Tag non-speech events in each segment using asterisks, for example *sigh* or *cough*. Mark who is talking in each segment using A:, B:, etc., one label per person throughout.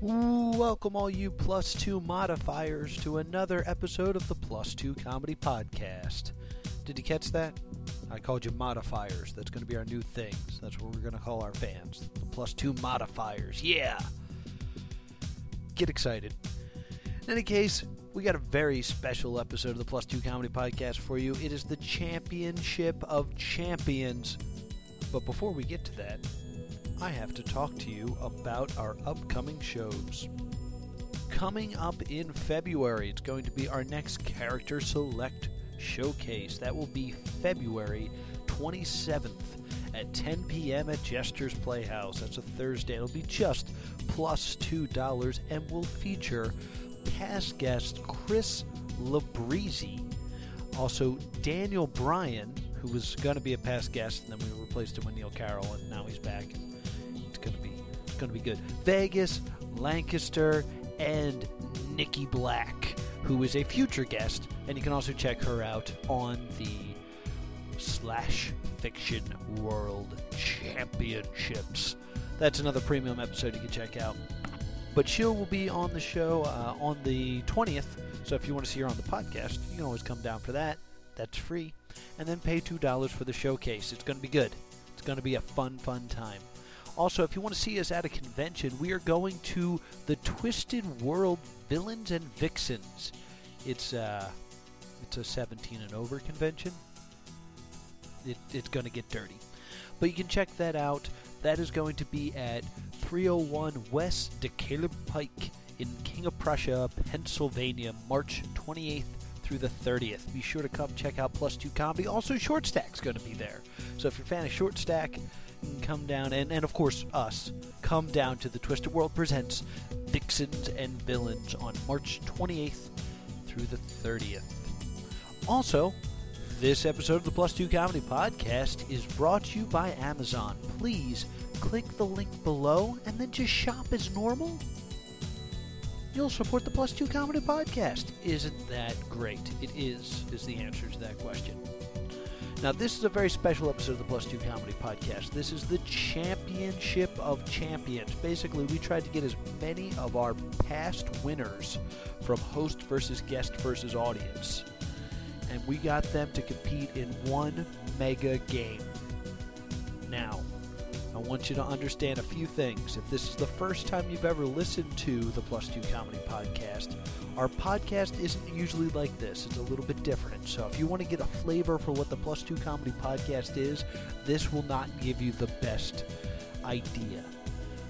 A: Welcome, all you plus two modifiers, to another episode of the Plus Two Comedy Podcast. Did you catch that? I called you modifiers. That's going to be our new thing. So that's what we're going to call our fans. The plus two modifiers. Yeah! Get excited. In any case, we got a very special episode of the Plus Two Comedy Podcast for you. It is the Championship of Champions. But before we get to that, I have to talk to you about our upcoming shows. Coming up in February, it's going to be our next Character Select Showcase. That will be February 27th at 10 p.m. at Jester's Playhouse. That's a Thursday. It'll be just plus $2 and will feature past guest Chris Labrizi, also Daniel Bryan, who was going to be a past guest, and then we replaced him with Neil Carroll, and now he's back. It's going to be it's going to be good. Vegas, Lancaster, and Nikki Black, who is a future guest, and you can also check her out on the slash fiction world championships. That's another premium episode you can check out. But she will be on the show uh, on the 20th, so if you want to see her on the podcast, you can always come down for that. That's free. And then pay $2 for the showcase. It's going to be good. It's going to be a fun, fun time. Also, if you want to see us at a convention, we are going to the Twisted World Villains and Vixens. It's uh, it's a 17 and over convention. It, it's going to get dirty, but you can check that out. That is going to be at 301 West DeCaleb Pike in King of Prussia, Pennsylvania, March 28th through the 30th. Be sure to come check out Plus Two Comedy. Also, Short Stack's going to be there. So if you're a fan of Short Stack, you can come down and, and of course us. Come down to the Twisted World Presents Vixens and Villains on March 28th through the 30th. Also, this episode of the Plus Two Comedy Podcast is brought to you by Amazon. Please click the link below and then just shop as normal you'll support the Plus Two Comedy Podcast. Isn't that great? It is, is the answer to that question. Now, this is a very special episode of the Plus Two Comedy Podcast. This is the championship of champions. Basically, we tried to get as many of our past winners from host versus guest versus audience, and we got them to compete in one mega game. Now, I want you to understand a few things. If this is the first time you've ever listened to the Plus Two Comedy Podcast, our podcast isn't usually like this. It's a little bit different. So if you want to get a flavor for what the Plus Two Comedy Podcast is, this will not give you the best idea.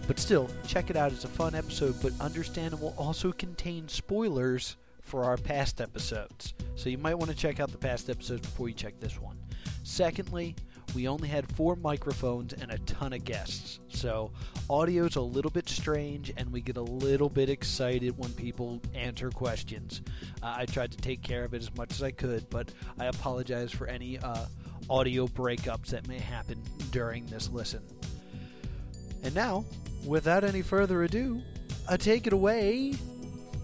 A: But still, check it out. It's a fun episode, but understand it will also contain spoilers for our past episodes. So you might want to check out the past episodes before you check this one. Secondly, we only had four microphones and a ton of guests. So audio's a little bit strange, and we get a little bit excited when people answer questions. Uh, I tried to take care of it as much as I could, but I apologize for any uh, audio breakups that may happen during this listen. And now, without any further ado, I take it away,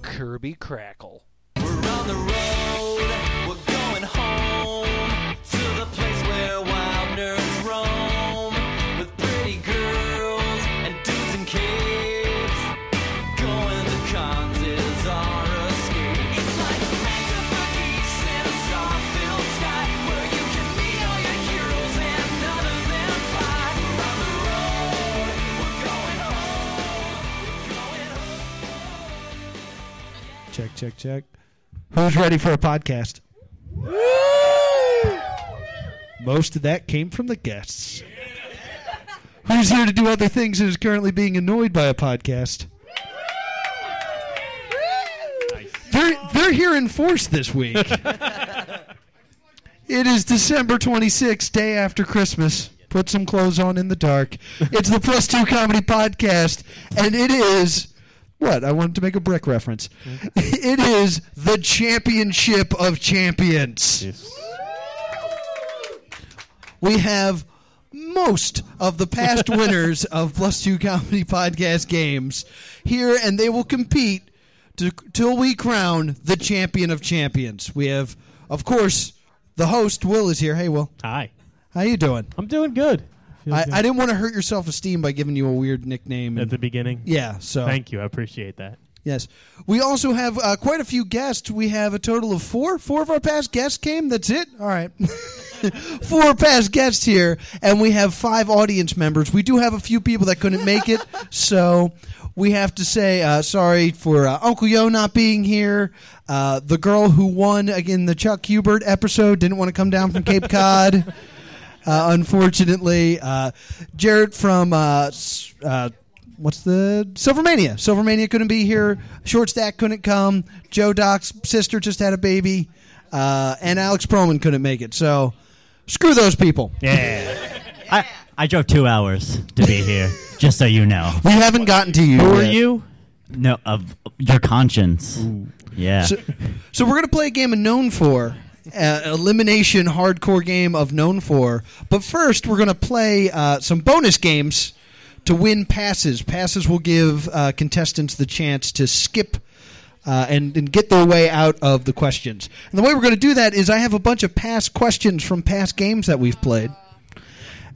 A: Kirby Crackle.
B: We're on the road, we're going home to the place where wild nerds roam with pretty girls and dudes in capes. Going to cons is our escape. It's like Metro Fergus in a star-filled sky where you can meet all your heroes and none of them fly. We're on the road, we're going home, we're going home.
A: Check, check, check. Who's ready for a podcast? Most of that came from the guests. Who's here to do other things and is currently being annoyed by a podcast? They're, they're here in force this week. it is December 26th, day after Christmas. Put some clothes on in the dark. It's the Plus Two Comedy Podcast, and it is. What? I wanted to make a brick reference. It is the championship of champions. We have most of the past winners of Plus Two Comedy Podcast games here, and they will compete to, till we crown the champion of champions. We have, of course, the host Will is here. Hey, Will,
C: Hi.
A: how you doing?
C: I'm doing good. feels
D: I,
C: good.
D: I didn't want to hurt your self esteem by giving you a weird nickname.
C: at
D: And,
C: the beginning.
D: yeah, so
C: Thank you. I appreciate that.
D: yes, we also have uh, quite a few guests. We have a total of four. Four of our past guests came. That's it. All right, *laughs* four past guests here, and we have five audience members. We do have a few people that couldn't make it, so we have to say uh, sorry for uh, Uncle Yo not being here. Uh, the girl who won again the Chuck Hubert episode didn't want to come down from Cape Cod. uh, unfortunately. Uh, Jarrett from uh, s- uh, what's the Silvermania? Silvermania couldn't be here. Short Stack couldn't come. Joe Doc's sister just had a baby, uh, and Alex Perlman couldn't make it. So screw those people.
C: Yeah.
E: I, I drove two hours to be here, just so you know.
D: We haven't gotten to you.
C: Who are
D: yet.
C: you?
E: No, of your conscience. Yeah.
D: So, so we're gonna play a game of known for. Uh, elimination hardcore game of known for, but first we're gonna play uh, some bonus games to win passes. Passes will give uh, contestants the chance to skip uh, and, and get their way out of the questions. And the way we're going to do that is I have a bunch of past questions from past games that we've played,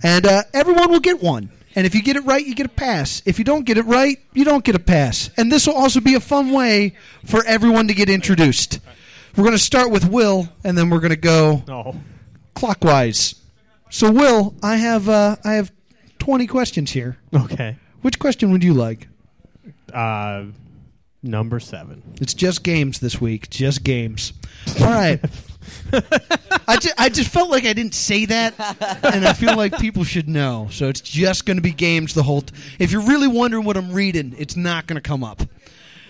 D: and uh, everyone will get one. And if you get it right, you get a pass. If you don't get it right, you don't get a pass. And this will also be a fun way for everyone to get introduced. We're going to start with Will, and then we're going to go
C: No.
D: clockwise. So, Will, I have uh, I have twenty questions here.
C: Okay.
D: Which question would you like?
C: Uh, number seven.
D: It's just games this week. Just games. All right. I, ju- I just felt like I didn't say that, and I feel like people should know. So it's just going to be games the whole. T- if you're really wondering what I'm reading, it's not going to come up.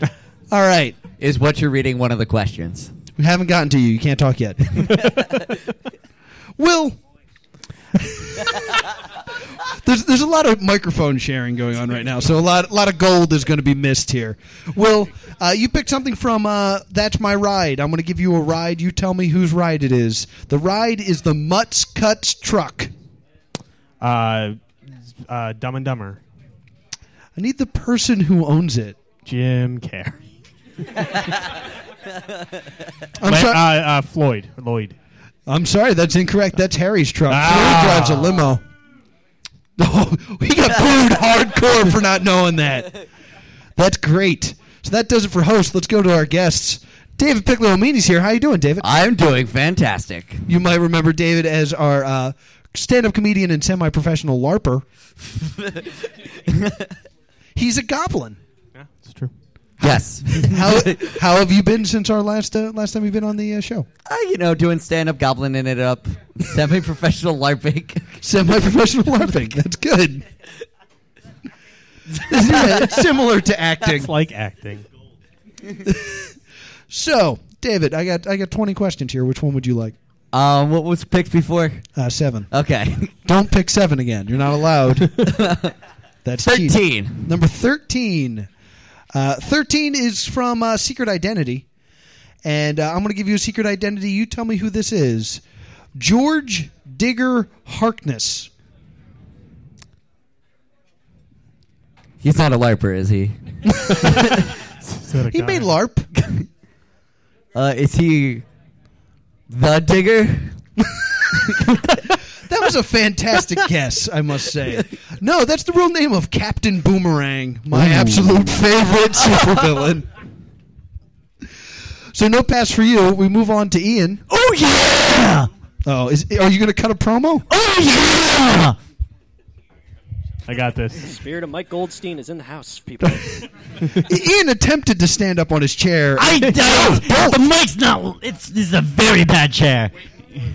D: All right.
F: Is what you're reading one of the questions?
D: We haven't gotten to you. You can't talk yet. Will. there's there's a lot of microphone sharing going on right now, so a lot a lot of gold is going to be missed here. Will, uh, you picked something from uh, That's My Ride. I'm going to give you a ride. You tell me whose ride it is. The ride is the Mutts Cuts truck.
C: Uh, uh, Dumb and Dumber.
D: I need the person who owns it.
C: Jim Carrey.
D: I'm,
C: Wait,
D: sorry.
C: uh, uh, Floyd. Lloyd.
D: I'm sorry, that's incorrect. That's Harry's truck.
C: Ah.
D: Harry drives a limo. *laughs* Oh, he
F: *laughs*
D: got booed hardcore for not knowing that. That's great. So that does it for hosts. Let's go to our guests. David Piccolomini's here. How you doing, David?
F: I'm doing fantastic.
D: You might remember David as our uh, stand-up comedian and semi-professional LARPer. He's a goblin.
C: Yeah, it's true.
F: Yes. *laughs*
D: How how have you been since our last uh, last time you've been on the uh, show?
F: Uh, you know, doing stand up, goblining it up, *laughs* semi professional LARPing. *laughs*
D: Semi-professional LARPing. That's good. Yeah, it's *laughs* *laughs* similar to acting.
C: It's like acting.
D: *laughs* So, David, I got I got twenty questions here. Which one would you like?
F: Um, what was picked before?
D: Uh, seven.
F: Okay.
D: *laughs* Don't pick seven again. You're not
F: *laughs*
D: allowed. That's cheating.
F: 13.
D: Number 13. Uh, 13 is from uh, Secret Identity. And uh, I'm going to give you a secret identity. You tell me who this is George Digger
F: *laughs*
D: Harkness.
F: He's not a LARPer, is *laughs* he?
D: He made LARP.
F: Uh, is he the digger? *laughs*
D: That was a
F: *laughs*
D: fantastic guess, I must say. No, that's the real name of Captain Boomerang, my
E: *laughs*
D: absolute favorite supervillain. So no pass for you. We move on to Ian.
F: Oh, yeah!
D: Oh, is are you going to cut a promo?
F: Oh,
C: I got this.
G: Spirit of Mike Goldstein is in the house, people.
D: *laughs* Ian attempted to stand up on his chair. *laughs*
E: I don't. the mic's not. It's this is a very bad chair.
C: *laughs*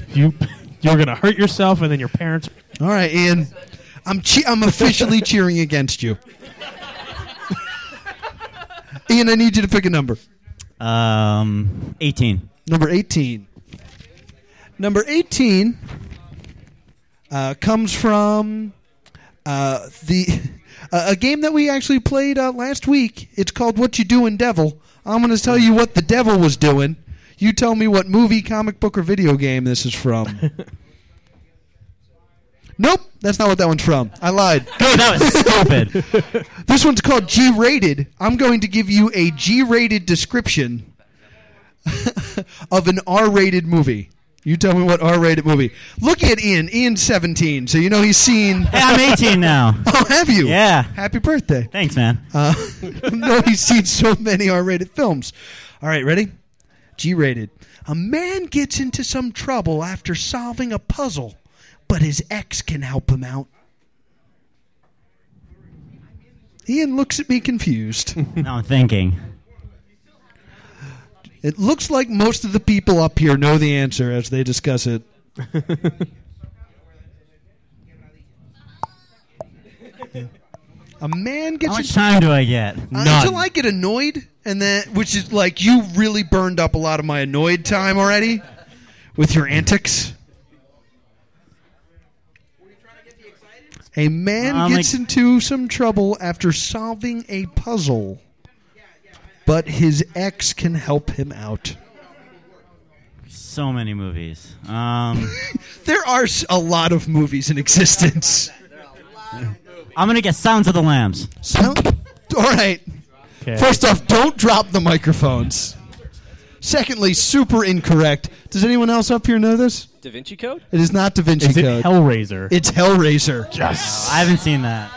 C: You, you're gonna hurt yourself, and then your parents.
D: All right, Ian. I'm che-
C: *laughs*
D: I'm officially cheering against you. Ian, I need you to pick a number.
E: Um, eighteen.
D: Number 18. Number 18 uh, comes from uh, the *laughs* uh, a game that we actually played uh, last week. It's called What You Doing Devil. I'm going to tell you what the devil was doing. You tell me what movie, comic book, or video game this is from.
E: *laughs*
D: nope, that's not what that one's from.
E: *laughs*
D: I lied.
E: Oh, that was stupid.
D: *laughs* This one's called G rated. I'm going to give you *laughs* a G rated description of an R rated movie. You tell me what R-rated movie. Look at Ian. Ian's 17, so you know he's seen.
E: Hey, I'm 18 now.
D: *laughs* Oh, have you?
E: Yeah.
D: Happy birthday.
E: Thanks, man.
D: Uh, *laughs* no, he's seen so many R-rated films. All right, ready? G-rated. A man gets into some trouble after solving a puzzle, but his ex can help him out. Ian looks at me confused.
E: *laughs* Now I'm thinking.
D: it looks like most of the people up here know the answer as they
E: *laughs*
D: discuss it. A man
E: How
D: gets
E: much time do I get?
D: Uh,
C: None.
D: Until I get annoyed, and then which is like you really burned up a lot of my annoyed time already with your antics. A man
E: Um,
D: gets
E: like-
D: into some trouble after solving a puzzle, but his ex can help him out.
E: So many movies. Um,
D: *laughs* There are s- a lot of movies in existence.
E: I'm gonna get Sounds of the Lambs.
D: So, *laughs* all right.
C: Okay.
D: First off, don't drop the microphones. Secondly, super incorrect. Does anyone else up here know this?
G: Da Vinci Code?
D: It is not Da Vinci
C: is it
D: Code.
C: Hellraiser?
D: it's Hellraiser.
E: I haven't seen that.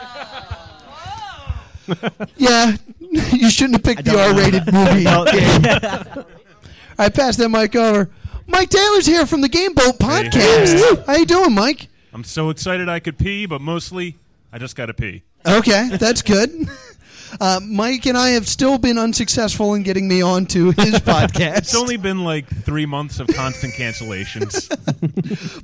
D: *laughs* Yeah, *laughs* you shouldn't have picked the
E: don't know *laughs*
D: R-rated movie.
E: Oh,
D: *laughs* I passed that mic over. Mike Taylor's here from the Game Boat podcast. How you doing, Mike?
H: I'm so excited I could pee, but mostly I just got to pee.
D: Okay, that's good. *laughs* Uh, Mike and I have still been unsuccessful in getting me
H: *laughs*
D: onto his podcast.
H: It's only been like three months of constant
D: *laughs*
H: cancellations.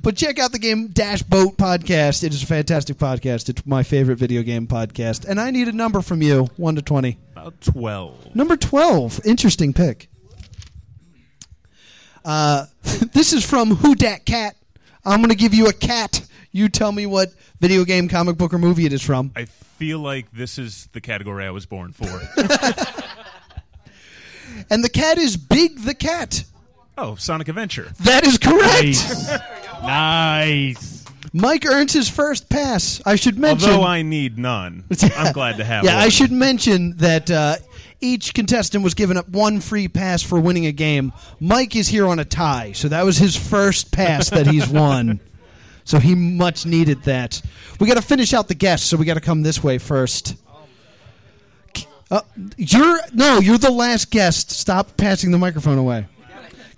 D: But check out the game Dash Boat podcast. It is a fantastic podcast. It's my favorite video game podcast. And I need a number from you, 1 to 20.
H: About 12.
D: Number 12, interesting pick. Uh, *laughs* this is from Who Dat Cat. I'm going to give you a cat. You tell me what video game, comic book, or movie it is from.
H: I feel like this is the category I was born
D: *laughs*
H: for.
D: And the cat is Big the Cat.
H: oh, Sonic Adventure.
D: That is correct.
C: nice. nice.
D: Mike earns his first pass. I should mention.
H: Although I need none, I'm glad to have
D: *laughs* Yeah,
H: one.
D: I should mention that uh, each contestant was given up one free pass for winning a game. Mike is here on a tie, so that was his first pass that he's won. So he much needed that. We got to finish out the guests, so we got to come this way first. Uh, you're no, you're the last guest. Stop passing the microphone away.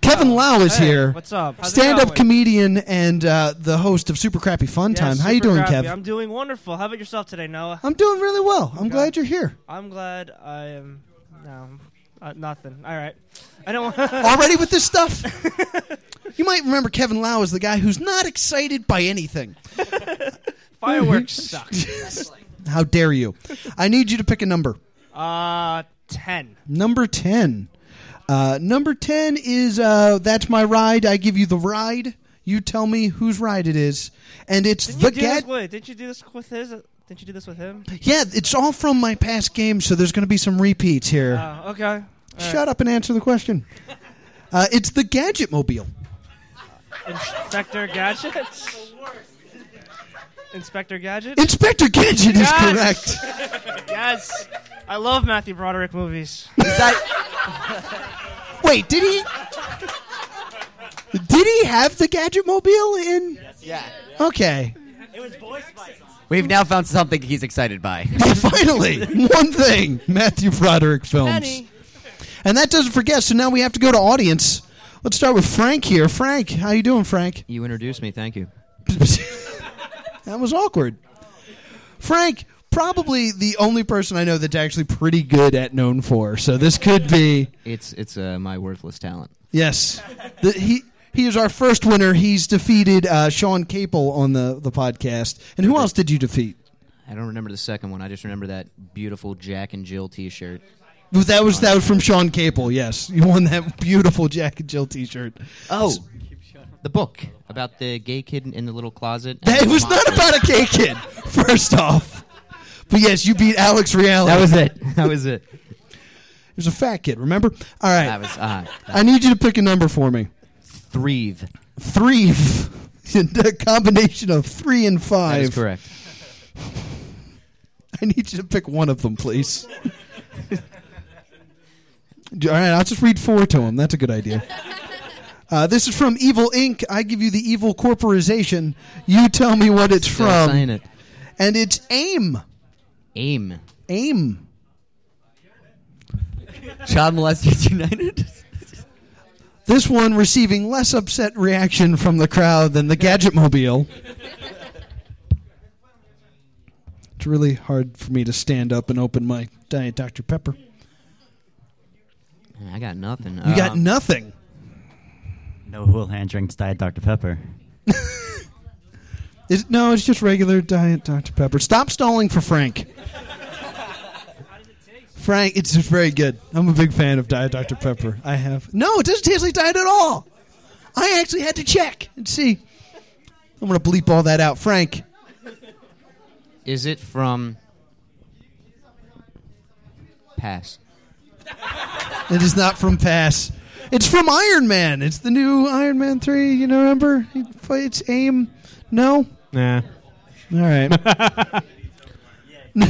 D: Kevin Lau is here.
I: Oh, what's up? How's it
D: Stand-up
I: going?
D: comedian and uh, the host of Super Crappy Fun
I: Yeah,
D: Time. How you
I: super
D: doing,
I: crappy.
D: Kev?
I: I'm doing wonderful. How about yourself today, Noah?
D: I'm doing really well. I'm glad you're here.
I: I'm glad I am. No, uh, nothing. All right. I don't want. *laughs*
D: already with this stuff? you might remember Kevin Lau is the guy who's not excited by anything. *laughs*
I: Fireworks sucks.
D: How dare you? I need you to pick a number.
I: Uh, ten.
D: Number 10. Uh, number 10 is uh, That's My Ride. I give you the ride. You tell me whose ride it is. And it's
I: Didn't
D: the
I: you do this
D: get.
I: with? Didn't you do this with his? Didn't you do this with him?
D: Yeah, it's all from my past game, so there's going to be some repeats here.
I: Oh, okay. All right.
D: Shut up and answer
I: *laughs*
D: the question. Uh, it's the Gadget Mobile.
I: Inspector Gadget. Inspector Gadget.
D: Inspector Gadget
I: Yes!
D: is correct.
I: *laughs* yes. I love Matthew Broderick movies.
F: Is that
I: *laughs*
D: Wait, did he? Did he have the gadget mobile in?
F: yeah?
D: Okay,
F: We've now found something he's excited *laughs* by.
D: finally
F: *laughs*
D: one thing: Matthew Broderick films, and that doesn't forget. So now we have to go to audience. Let's start with Frank here. Frank, how you doing, Frank? *laughs*
J: You introduced me, thank you.
D: that was awkward. Frank, probably the only person I know that's actually pretty good at known for. So this could be
J: It's it's uh, my worthless talent.
D: Yes, the, he he is our first winner. He's defeated uh, Sean Capel on the the podcast. And who else did you defeat?
J: I don't remember the second one. I just remember that beautiful Jack and Jill T-shirt.
D: Well, That was that was from Sean Capel. Yes, you won that beautiful Jack and Jill T-shirt. *laughs*
J: Oh, the book about the gay kid in- in the little closet. and
D: That it
J: the
D: was not
J: monster.
D: about a gay
J: *laughs*
D: kid. First off, but yes, you beat Alex Reality.
J: That was it. That was it.
D: it was a fat kid. Remember? All right,
J: That was uh,
D: I need you to pick a number for me.
J: Three.
D: Three, *laughs* the combination of three and
J: That
D: five.
J: is correct.
D: I need you to pick one of them, please. *laughs* All right, I'll just read four to him. That's a good idea. Uh, this is from Evil Inc. I give you the evil corporization. You tell me what it's
J: Still
D: from.
J: saying it.
D: And it's AIM.
J: Aim.
D: AIM.
F: Child Molesters United.
D: This one receiving less upset reaction from the crowd than the Gadget Mobile. it's really hard for me to stand up and open my Diet Dr. Pepper.
J: Man, I got nothing. Um,
D: You got nothing.
E: No Houlihan drinks Diet Dr. Pepper.
D: Is, no, it's just regular Diet Dr. Pepper. Stop stalling for Frank. Frank, it's just very good. I'm a big fan of Diet Dr. Pepper. I have. No, it doesn't taste like diet at all. I actually had to check and see. I'm going to bleep all that out. Frank,
J: Is it from? Pass.
D: it is not from Pass. It's from Iron Man. It's the new Iron Man 3. You know, remember? He fights AIM. No?
C: Nah.
D: All right. Iron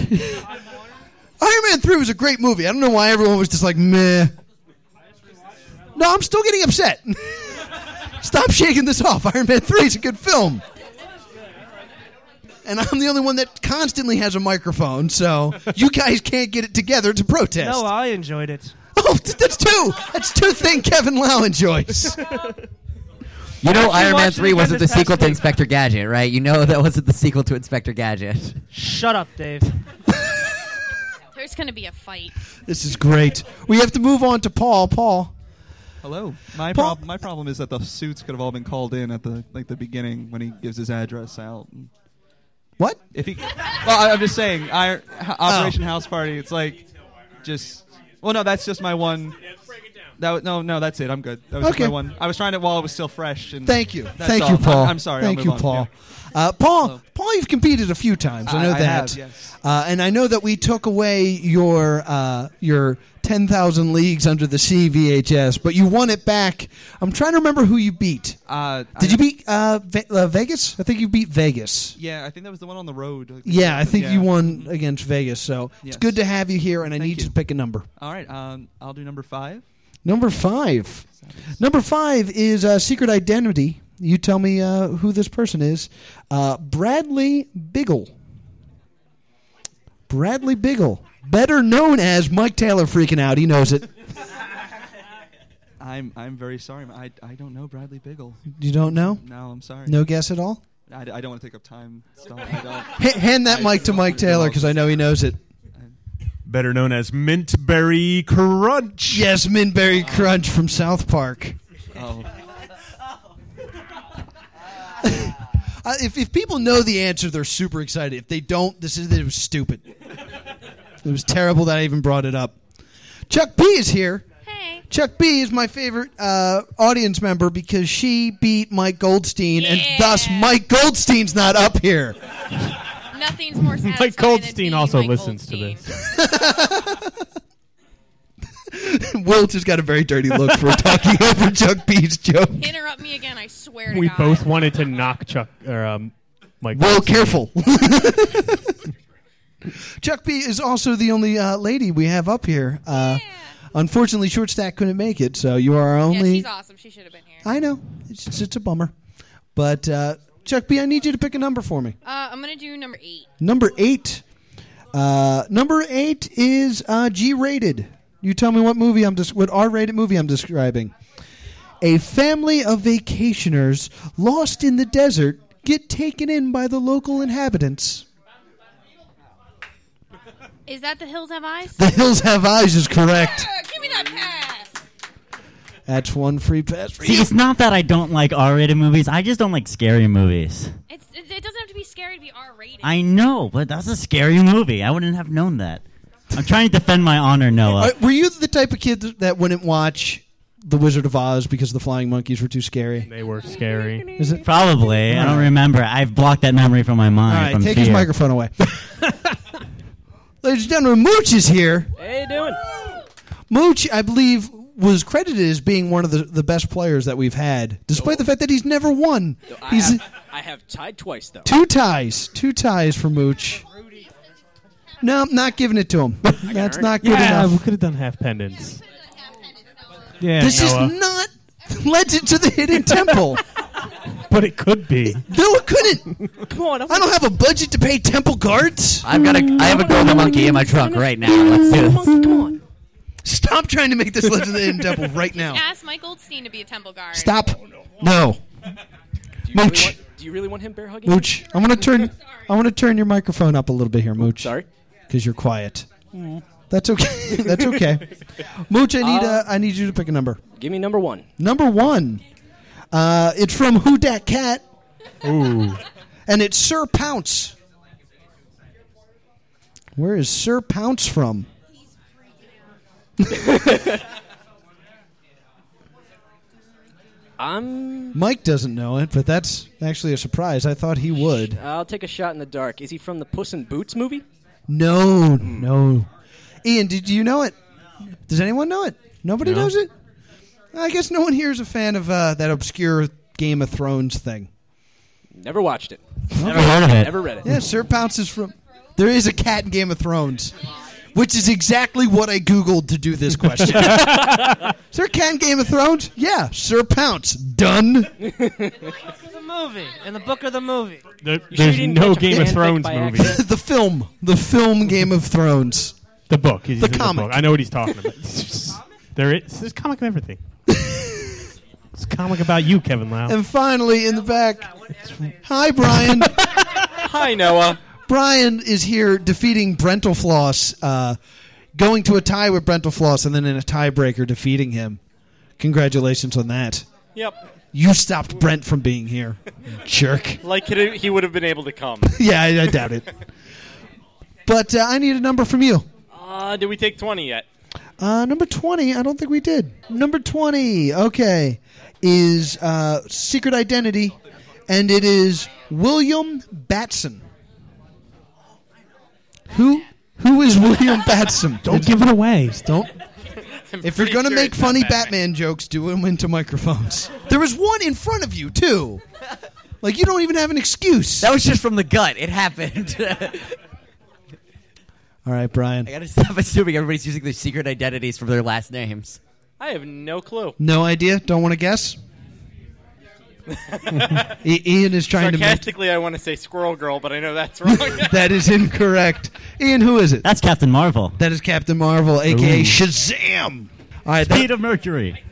D: Man 3 was a great movie. I don't know why everyone was just like, meh. No, I'm still getting upset. *laughs* Stop shaking this off. Iron Man 3 is a good film. And I'm the only one that constantly has a microphone, so you guys can't get it together to protest.
I: No, I enjoyed it.
D: *laughs* oh, that's two. That's two thing Kevin
C: *laughs*
D: Lau enjoys.
F: You know,
I: Actually
F: Iron Man
I: watched it
F: Three
I: again
F: wasn't the
I: this past
F: sequel to
I: week.
F: Inspector Gadget, right? You know that wasn't the sequel to Inspector Gadget.
I: Shut up, Dave.
K: *laughs* There's going to be a fight.
D: This is great. We have to move on to Paul. Paul.
L: Hello. My
D: Paul-
L: problem. My problem is that the suits could have all been called in at the like the beginning when he gives his address out.
D: What? Oh.
L: If he? Well, I, I'm just saying. I, Operation House Party. It's like just. Well, no, that's just my one. That was, no, no, that's it. I'm good. That was just
D: Okay.
L: my one. I was trying it while it was still fresh. And
D: Thank you.
L: That's
D: Thank
L: all.
D: you,
L: I'm-
D: Paul.
L: I'm, sorry. I'll
D: Thank
L: move
D: you,
L: on.
D: Paul.
L: Yeah.
D: Uh, Paul, Paul, you've competed a few times. I know
L: I- I
D: that.
L: have, yes.
D: uh, and I know that we took away your uh, your ten thousand leagues under the sea VHS, but you won it back. I'm trying to remember who you beat.
L: Uh,
D: Did
L: I-
D: you beat uh, Ve- uh, Vegas? I think you beat Vegas.
L: Yeah, I think that was the one on the road. Like,
D: Yeah, I think
L: yeah.
D: you won against Vegas. So it's
L: Yes.
D: good to have you here, and I
L: Thank
D: need you
L: you.
D: to pick a number.
L: All right. Um, I'll do number five.
D: Number five. Number five is uh, Secret Identity. You tell me uh, who this person is. Uh, Bradley Biggle. Bradley Biggle, better known as Mike Taylor freaking out. He knows it.
L: I'm I'm very sorry. I, I don't know Bradley Biggle.
D: You don't know?
L: No, I'm sorry.
D: No guess at all?
L: I, I don't want to take up time. Stop. I don't.
D: *laughs* H- hand that mic to Mike Taylor because I know he knows it.
H: Better known as Mintberry Crunch.
D: Yes, Minberry Crunch from South Park.
L: *laughs* Oh.
D: Uh, if, if people know the answer, they're super excited. If they don't, this is it was stupid. it was terrible that I even brought it up. Chuck P is here.
K: Hey.
D: Chuck B is my favorite uh, audience member because she beat Mike Goldstein, and
K: Yeah.
D: thus Mike Goldstein's not up here.
K: Nothing's more satisfying
C: Mike
K: than
C: Goldstein
K: being
C: also
K: Mike
C: listens to
K: Goldstein.
C: this.
D: *laughs* Will just got a very dirty look for talking *laughs* over Chuck B's joke.
K: Interrupt me again, I swear to
C: We
K: God.
C: both wanted to knock Chuck or um, Mike.
D: Will,
C: Goldstein.
D: careful. *laughs* Chuck B is also the only uh, lady we have up here. Uh, Unfortunately, Short Stack couldn't make it, so you are our
K: Yeah,
D: only.
K: she's awesome. She should have been here.
D: I know it's, it's, it's a bummer, but uh, Chuck B, I need you to pick a number for me.
K: Uh, I'm going to do number eight.
D: Number eight. Uh, number eight is uh, G-rated. You tell me what movie I'm des- what R-rated movie I'm describing. A family of vacationers lost in the desert get taken in by the local inhabitants.
K: Is that The Hills Have Eyes?
D: The Hills Have Eyes is correct.
K: Yeah, give me that pass.
D: That's one free pass for
E: See,
D: you.
E: it's not that I don't like R-rated movies. I just don't like scary movies.
K: It's, it, it doesn't have to be scary to be R-rated.
E: I know, but that's a scary movie. I wouldn't have known that. I'm trying to defend my honor, Noah.
D: Uh, were you the type of kid that wouldn't watch The Wizard of Oz because the flying monkeys were too scary?
C: They were scary.
D: Is it?
E: Probably. I don't remember. I've blocked that memory from my mind.
D: All right,
E: from
D: take
E: fear.
D: his microphone away. *laughs* Ladies and gentlemen, Mooch is here.
G: Hey, you doing?
D: Mooch, I believe, was credited as being one of the, the best players that we've had, despite the fact that he's never won.
G: I
D: He's
G: have, I have tied twice though.
D: two ties, two ties for Mooch. No, I'm not giving it to him. *laughs* That's not good
C: Yeah, we
D: enough.
C: could have done half pendants.
K: Put it on half-headed, Noah.
C: Yeah,
D: This is
C: Noah.
D: not Legend to the
G: *laughs*
D: Hidden Temple.
C: But it could be.
D: No, it couldn't. Come on, I don't have a budget to pay temple guards.
F: I've got a, I have a golden monkey in my trunk right now. Let's do this.
D: Stop trying to make this Legend of the Hidden Temple right now.
K: Ask Mike Goldstein to be a temple guard.
D: Stop. *laughs* No.
G: Do you,
D: *laughs* Mooch.
G: Really want, do you really want him bear hugging? you?
D: Mooch, I'm gonna *laughs* turn. I want to turn your microphone up a little bit here, Mooch.
G: sorry.
D: Because you're quiet. That's okay. *laughs* *laughs* That's okay. Mooch, I need uh, I need you to pick a number.
G: Give me number one.
D: Number one. Uh, it's from Who Dat Cat. Ooh. And it's Sir Pounce. Where is Sir
G: *laughs*
D: Pounce from?
G: I'm.
D: Mike doesn't know it, but that's actually a surprise. I thought he would.
G: I'll take a shot in the dark. Is he from the Puss in Boots movie?
D: No,
C: Mm.
D: no. Ian, did you know it? Does anyone know it? Nobody
G: No.
D: knows it? I guess no one here is a fan of uh, that obscure Game of Thrones thing.
G: Never watched it.
D: Never heard of it.
G: Never read it.
D: Yeah, Sir Pounce is from. There is a cat in Game of Thrones, which is exactly what I Googled to do this
G: *laughs*
D: question. Sir cat in Game of Thrones? Yeah, Sir
G: *laughs*
D: Pounce. Done.
I: the movie. In the book of the movie.
C: there's no Game of Thrones movie.
D: *laughs* the film. The film Game of Thrones.
C: The book. He's
D: the
C: in
D: comic.
C: book. I know what he's talking
D: *laughs*
C: about. there is. There's comic of everything. it's a comic about you, Kevin Lau.
D: And finally, in the back, hi, Brian.
G: Hi, Noah.
D: Brian is here defeating Brentelfloss, uh, going to a tie with Brentelfloss, and then in a tiebreaker defeating him. Congratulations on that.
G: Yep.
D: You stopped Brent from being here, jerk. *laughs*
M: Like he he would have been able to come.
D: Yeah, I, I doubt it. But uh, I need a number from you.
M: Uh, did we take 20 yet?
D: Uh, number 20, I don't think we did. Number 20, okay, is uh, Secret Identity, and it is William
M: *laughs*
D: Batson. Who who is William
C: *laughs*
D: Batson? Don't
C: give it away.
D: Don't. If you're
M: pretty
D: gonna
M: sure
D: make
M: it's not
D: funny Batman.
M: Batman.
D: jokes, do them into microphones. There was one in front of you too. Like you don't even have an excuse. That
F: was just from the gut. It happened.
D: *laughs* All right, Brian.
F: I gotta stop assuming everybody's using their secret identities from their last names.
M: I have no clue.
D: *laughs* No idea. Don't want to
F: *laughs*
D: guess. I- Ian is trying to make
M: Sarcastically, I want to say Squirrel Girl, but I know that's wrong.
D: *laughs* that is incorrect. Ian, who is it?
E: That's Captain Marvel.
D: That is Captain Marvel, aka
E: Ooh.
D: Shazam. All right,
E: Speed
D: that,
E: of Mercury.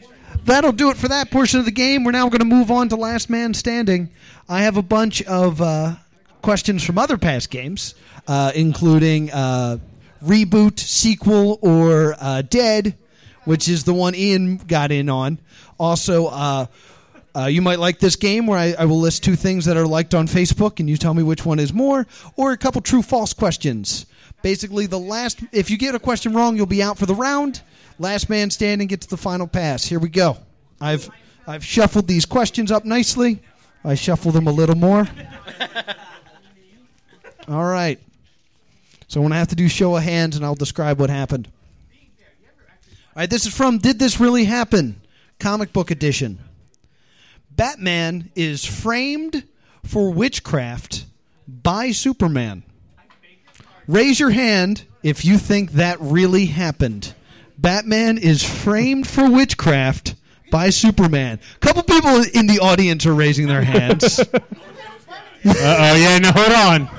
D: that'll do it for that portion of the game. We're now going to move on to Last Man Standing. I have a bunch of uh, questions from other past games, uh, including uh, reboot, sequel, or uh, Dead, which is the one Ian got in on. Also, uh, uh, you might like this game where I, I will list two things that are liked on Facebook and you tell me which one is more, or a couple true false questions. Basically, the last, if you get a question wrong, you'll be out for the round. Last man standing gets the final pass. Here we go. I've, I've shuffled these questions up nicely. I shuffle them a little more. All right. So I'm going to have to do show of hands and I'll describe what happened. All right, this is from Did This Really Happen? Comic Book Edition. Batman is framed for witchcraft by Superman. Raise your hand if you think that really happened. Batman is framed for witchcraft by Superman. couple people in the audience are raising
C: *laughs*
D: their hands.
C: oh yeah, no, hold on.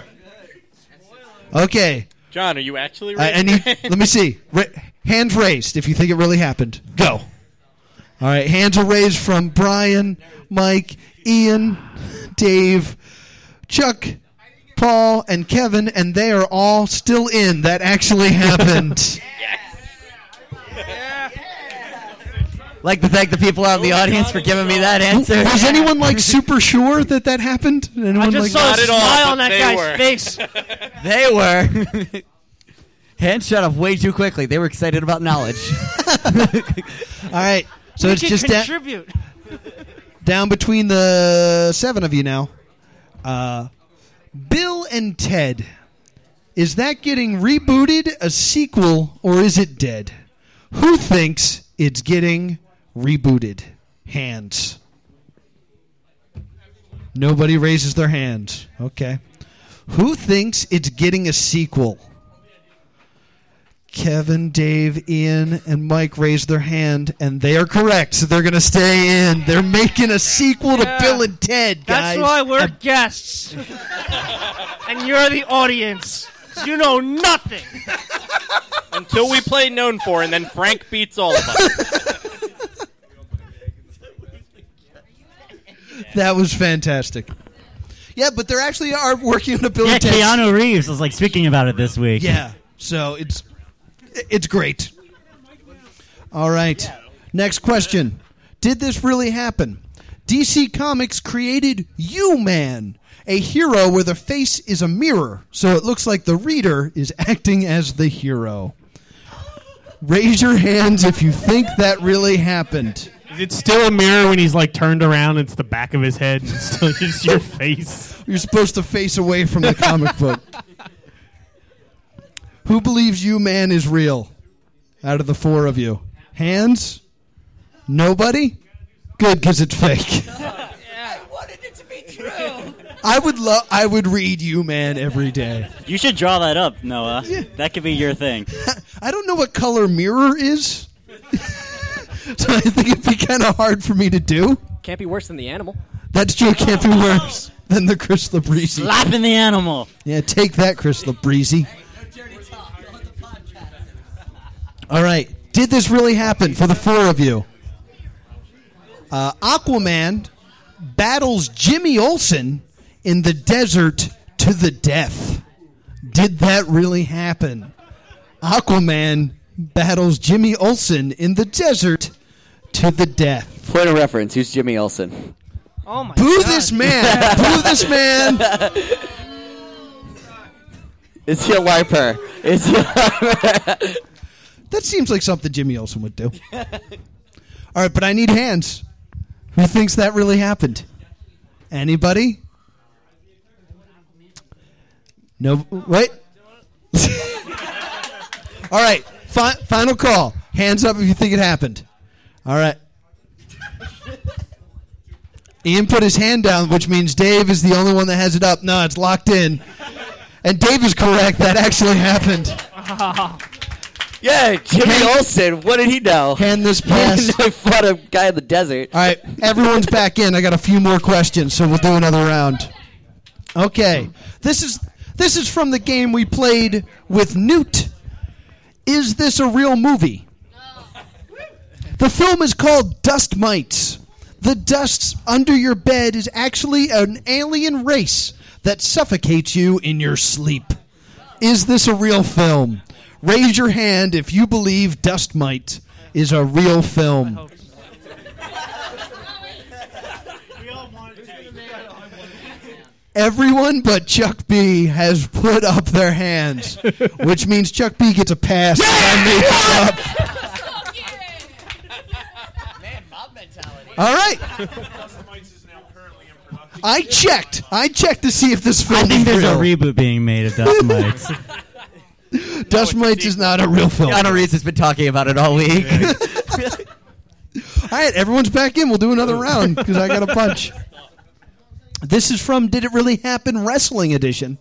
D: Okay.
M: John, are you actually
D: I,
M: right?
D: I need. Uh,
M: *laughs*
D: let me see. Ra- hands raised if you think it really happened. Go. All right. Hands are raised from Brian, Mike, Ian, Dave, Chuck, Paul, and Kevin, and they are all still in. That actually happened.
F: *laughs* Like to thank the people out in the audience for giving me that answer.
D: Was anyone
F: *laughs*
D: like super sure that that happened? Anyone like
F: face. they were. *laughs* Hands shut up way too quickly. They were excited about knowledge.
D: *laughs* All right. So
I: we
D: it's
I: can
D: just that.
I: contribute.
D: down between the seven of you now. Uh, Bill and Ted. Is that getting rebooted, a sequel, or is it dead? Who thinks it's getting rebooted? Hands. Nobody raises their hands. Okay. Who thinks it's getting a sequel? Kevin, Dave, Ian, and Mike raised their hand, and they are correct. So they're going to stay in. They're making a sequel to
I: Yeah.
D: Bill and Ted, guys.
I: That's why we're guests. and you're the audience. You know nothing.
M: Until we play known for, and then Frank beats all of us.
D: *laughs* That was fantastic. Yeah, but they're actually are working on a Bill
E: Yeah,
D: and Ted.
E: Keanu Reeves was like speaking about it this week.
D: Yeah. So it's it's great. All right. Next question. Did this really happen? DC Comics created You-Man, a hero where the face is a mirror, so it looks like the reader is acting as the hero. Raise your hands if you think that really happened.
C: Is it still a mirror when he's like turned around? It's the back of his head. And it's still just
D: *laughs*
C: your face.
D: You're supposed to face away from the comic book. Who believes you man is real? Out of the four of you, hands? Nobody? Good, because it's fake.
B: I wanted it to be true.
D: I would love. I would read you man every day.
N: You should draw that up,
D: *laughs*
N: Noah. That could be your thing.
D: I don't know what color mirror is, *laughs* so I think it'd be kind of hard for me to do.
G: Can't be worse than the animal.
D: That's true. Can't be worse than the Chris Labrisi.
G: Slapping the
D: animal. Yeah, take that, Chris Labrisi. All right. Did this really happen for the four of you? Uh, Aquaman battles Jimmy Olsen in the desert to the death. Did that really happen? Aquaman battles Jimmy Olsen in the desert to the
O: *laughs*
D: death.
O: Point of reference: Who's Jimmy Olsen?
I: Oh my
D: Boo
I: God.
D: this man! Boo this man!
O: Is he a wiper? Is he a
D: That seems like something Jimmy Olsen would do. All right, but I need hands. Who thinks that really happened? Anybody? No. Wait. *laughs* All right. Fi- final call. Hands up if you think it happened. All right. Ian put his hand down, which means Dave is the only one that has it up. No, it's locked in. And Dave is correct. That actually happened.
O: *laughs* yeah, Jimmy Olsen. What did he
F: Oh.
O: know?
D: Hand this pass.
F: *laughs*
O: I fought a guy in the desert.
D: All right, everyone's back in. I got a few more questions, so we'll do another round. Okay, this is this is from the game we played with Newt. Is this a real movie? The film is called Dust Mites. The dust under your bed is actually an alien race that suffocates you in your sleep. Is this a real film? Raise your hand if you believe Dust Mite is a real film. Everyone but Chuck B has put up their hands, which means Chuck B gets a pass. I made it up. All right. I checked. I checked to see if this film.
E: I think
D: is
E: there's a
D: real.
E: reboot being made of
D: *laughs*
E: Dust Mites.
D: Dust Mites is not a real film.
F: Keanu Reeves has been talking about it all week. *laughs*
D: All right, everyone's back in. We'll do another round because I got a bunch. This is from Did It Really Happen Wrestling Edition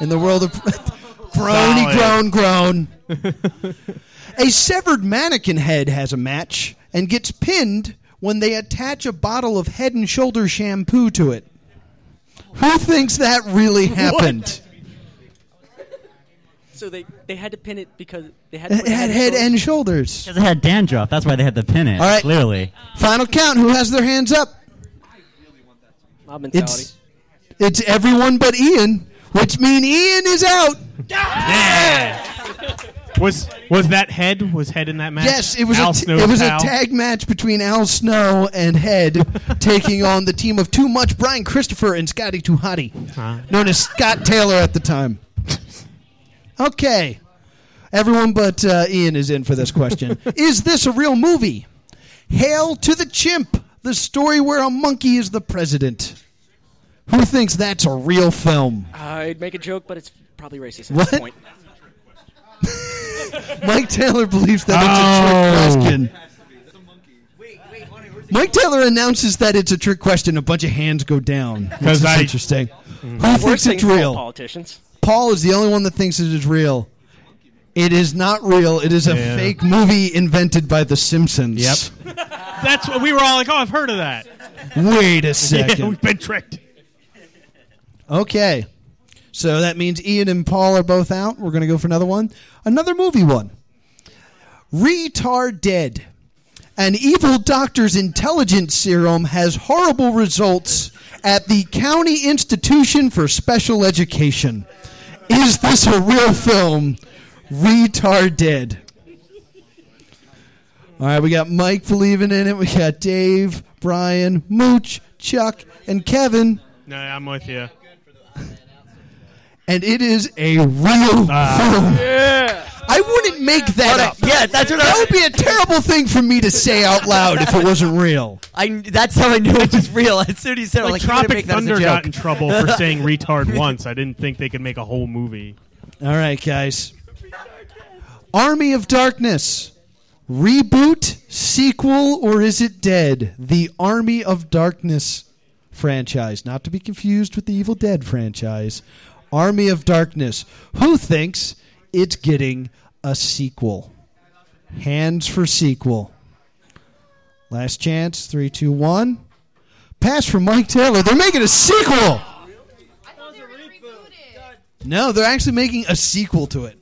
D: in the world of *laughs* groany, groan,
B: Solid.
D: groan. a severed mannequin head has a match and gets pinned when they attach a bottle of head and shoulder shampoo to it. Who thinks that
G: *laughs*
D: really happened?
G: So they, they had to pin it because they had to
D: It
G: put it
D: had
G: on
D: head
G: the
D: and shoulders.
E: Because it had dandruff. That's why they had to pin it.
D: All right.
E: Clearly.
D: Final count. Who has their hands up?
G: mob mentality.
D: It's it's everyone but Ian, which mean Ian is out.
C: Was was that head? Was head in that match?
D: Yes, it was
C: Al
D: a t-
C: Snow's
D: it was a
C: pal?
D: tag match between Al Snow
C: *laughs*
D: and Head taking on the team of Too Much Brian Christopher and Scotty Tuhati, known as Scott Taylor at the time. Okay, everyone but uh, Ian is in for this
C: *laughs*
D: question. is this a real movie? Hail to the Chimp, the story where a monkey is the president. Who thinks that's a real film?
G: I'd make a joke, but it's probably racist at
D: What?
G: this point.
D: *laughs* Mike Taylor believes that
C: Oh.
D: it's a trick question. Mike Taylor announces that it's a trick question. A bunch of hands go down. which
C: 'Cause
D: is
C: I-
D: interesting.
C: Mm.
D: Who
G: Worse
D: thinks
G: thing
D: it's
G: for all
D: real?
G: Politicians.
D: Paul is the only one that thinks it is real. It is not real. It is a
C: Yeah.
D: fake movie invented by The Simpsons. Yep.
C: That's what we were all like. Oh, I've heard of that.
D: Wait
C: *laughs*
D: a
C: Yeah,
D: second.
C: we've been tricked.
D: Okay. So that means Ian and Paul are both out. We're going to go for another one. Another movie one. Retard Dead. An evil doctor's intelligence serum has horrible results at the County Institution for Special Education. Is this a real film? Retard Dead. All right, we got Mike believing in it. We got Dave, Brian, Mooch, Chuck, and Kevin.
C: No, I'm with you.
D: and it is a real film.
C: Yeah.
D: I wouldn't make that up.
F: Oh, yeah, that's what I-
D: that would be a terrible thing for me to say out loud if it wasn't real.
F: I, that's how I knew it was real. *laughs* As soon as you said, it, I'm
C: Like,
F: like, you better
C: Tropic
F: make that as a
C: Thunder
F: joke.
C: got in trouble
F: *laughs*
C: for saying retard once. I didn't think they could make a whole movie.
D: All right, guys. Army of Darkness. Reboot, sequel, or is it dead? The Army of Darkness franchise. Not to be confused with the Evil Dead franchise. Army of Darkness. Who thinks it's getting a sequel? Hands for sequel. Last chance. Three, two, one. Pass from Mike Taylor. They're making a sequel. No, they're actually making a sequel to it.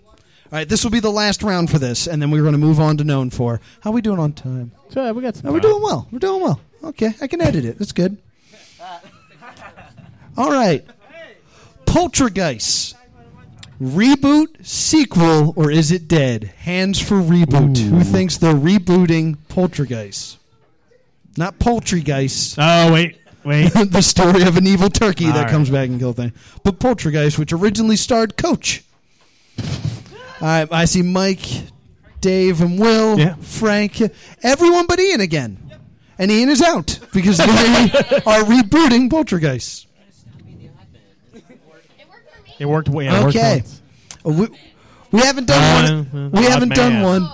D: All right, this will be the last round for this, and then we're going to move on to known for. How we doing on time?
C: So we got some.
D: No, we're doing well. We're doing well. Okay, I can edit it. That's good. All right. Poltergeist. Reboot, sequel, or is it dead? Hands for reboot. Who thinks they're rebooting Poltergeist? Not Poltergeist.
C: Oh, wait. Wait.
D: *laughs* the story of an evil turkey
C: All
D: that
C: right.
D: comes back and kills things. But Poltergeist, which originally starred Coach. All right, I see Mike, Dave, and Will, Frank, everyone but Ian again. And Ian is out
C: *laughs*
D: because they are rebooting Poltergeist.
C: It worked way. Yeah, it worked
D: Okay.
C: once.
D: Uh, We, we haven't done
C: Uh,
D: one.
C: uh,
D: We haven't
C: odd
D: done
C: man.
D: one.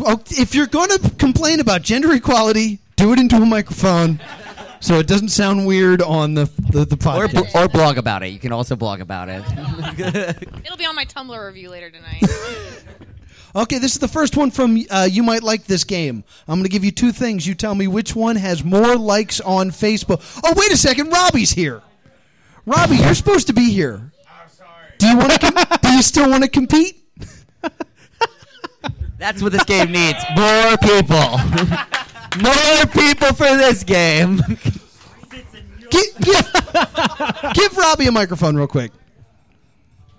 D: Oh, if you're going to complain about gender equality, do it into a microphone so it doesn't sound weird on the, the, the
F: Or,
D: podcast.
F: bl- or blog about it. You can also blog about it.
K: It'll be on my Tumblr review later tonight.
D: Okay, this is the first one from uh, You Might Like This Game. I'm going to give you two things. You tell me which one has more likes on Facebook. Oh, wait a second. Robbie's here. Robbie, you're supposed to be here. I'm sorry. Do you, want to com- do you still want to compete?
F: *laughs* That's what this game needs. More people. *laughs* More people for this game.
D: Give, give, *laughs* give Robbie a microphone real quick.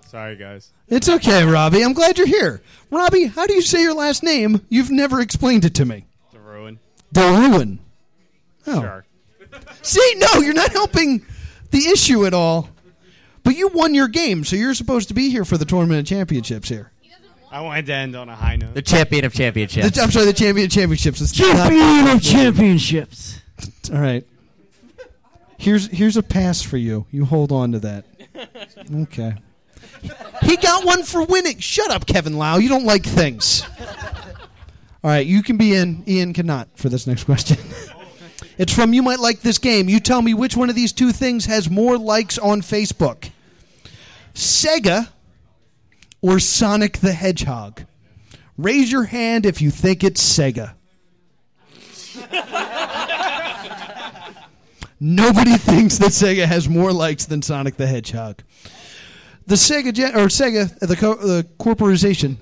H: Sorry, guys.
D: It's okay, Robbie. I'm glad you're here. Robbie, how do you say your last name? You've never explained it to me.
H: The ruin.
D: Darwin. Oh.
H: Sure. *laughs*
D: See, no, you're not helping the issue at all. But you won your game, so you're supposed to be here for the tournament of championships here.
P: I wanted to end on a high note.
F: The champion of championships.
D: The- I'm sorry, the champion of championships. It's
F: Champion
D: not-
F: of championships.
D: All right. Here's here's a pass for you. You hold on to that. Okay. He got one for winning. Shut up, Kevin Lau. You don't like things. All right, you can be in. Ian cannot for this next question. *laughs* it's from You Might Like This Game. You tell me which one of these two things has more likes on Facebook Sega or Sonic the Hedgehog? Raise your hand if you think it's Sega. Nobody *laughs* thinks that Sega has more likes than Sonic the Hedgehog. The Sega gen- or Sega the, co- the corporation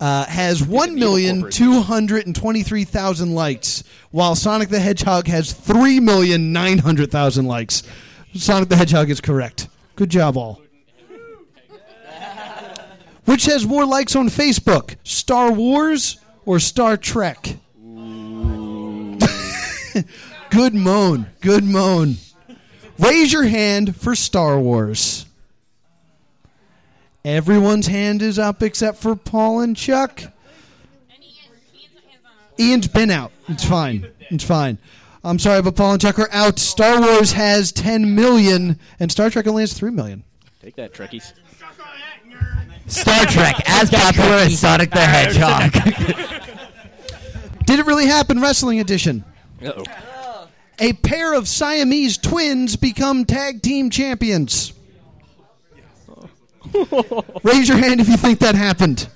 D: uh, has one million two hundred and twenty-three thousand likes, while Sonic the Hedgehog has three million nine hundred thousand likes. Sonic the Hedgehog is correct. Good job, all. Which has more likes on Facebook, Star Wars or Star Trek? Good moan. Good moan. Raise your hand for Star Wars. Everyone's hand is up except for Paul and Chuck. Ian's been out. It's fine. It's fine. I'm sorry, but Paul and Chuck are out. Star Wars has 10 million, and Star Trek only has 3 million.
G: Take that, Trekkies.
F: Star Trek, as popular as Sonic the Hedgehog.
D: *laughs* Did it really happen? Wrestling Edition.
G: Uh-oh.
D: A pair of Siamese twins become tag team champions. Raise your hand if you think that happened.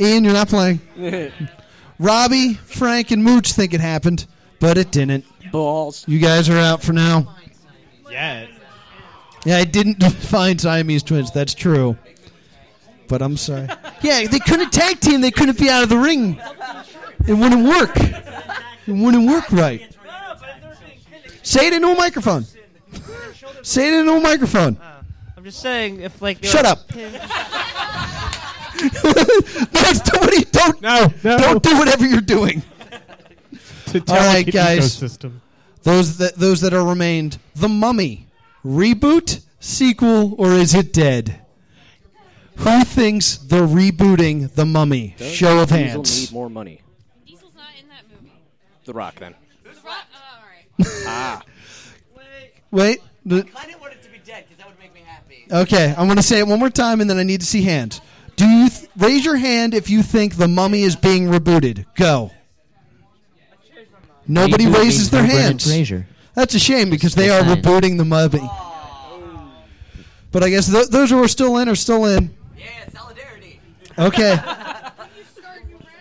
D: Ian, you're not playing. Robbie, Frank, and Mooch think it happened, but it didn't.
G: Balls.
D: You guys are out for now.
P: Yeah.
D: Yeah, I didn't *laughs* find Siamese twins. That's true. But I'm sorry. Yeah, they couldn't tag team. They couldn't be out of the ring. It wouldn't work. It wouldn't work right. Say it into a microphone. Say it into a microphone. *laughs*
I: I'm just saying, if like.
D: Shut up. That's the- what he- don't, don't do whatever you're doing. All right,
C: delicate
D: guys.
C: ecosystem.
D: Those that those that are remained, The Mummy, reboot, sequel, or is it dead? Who thinks they're rebooting The Mummy? Show of
G: Diesel
D: hands.
G: Need more money. Diesel's not in that movie. The Rock, then. ah.
D: Wait. the-
O: I didn't want it to be dead because that would make me happy.
D: Okay, I'm going to say it one more time, and then I need to see hands. Do you th- raise your hand if you think The Mummy is being rebooted? Go. Nobody
J: Reboot
D: raises
J: means
D: their
J: no Brendan
D: hands.
J: Fraser.
D: That's a shame because they are
J: Just saying.
D: rebooting The Mummy. But I guess th- those who are still in are still in. Yeah, solidarity. Okay.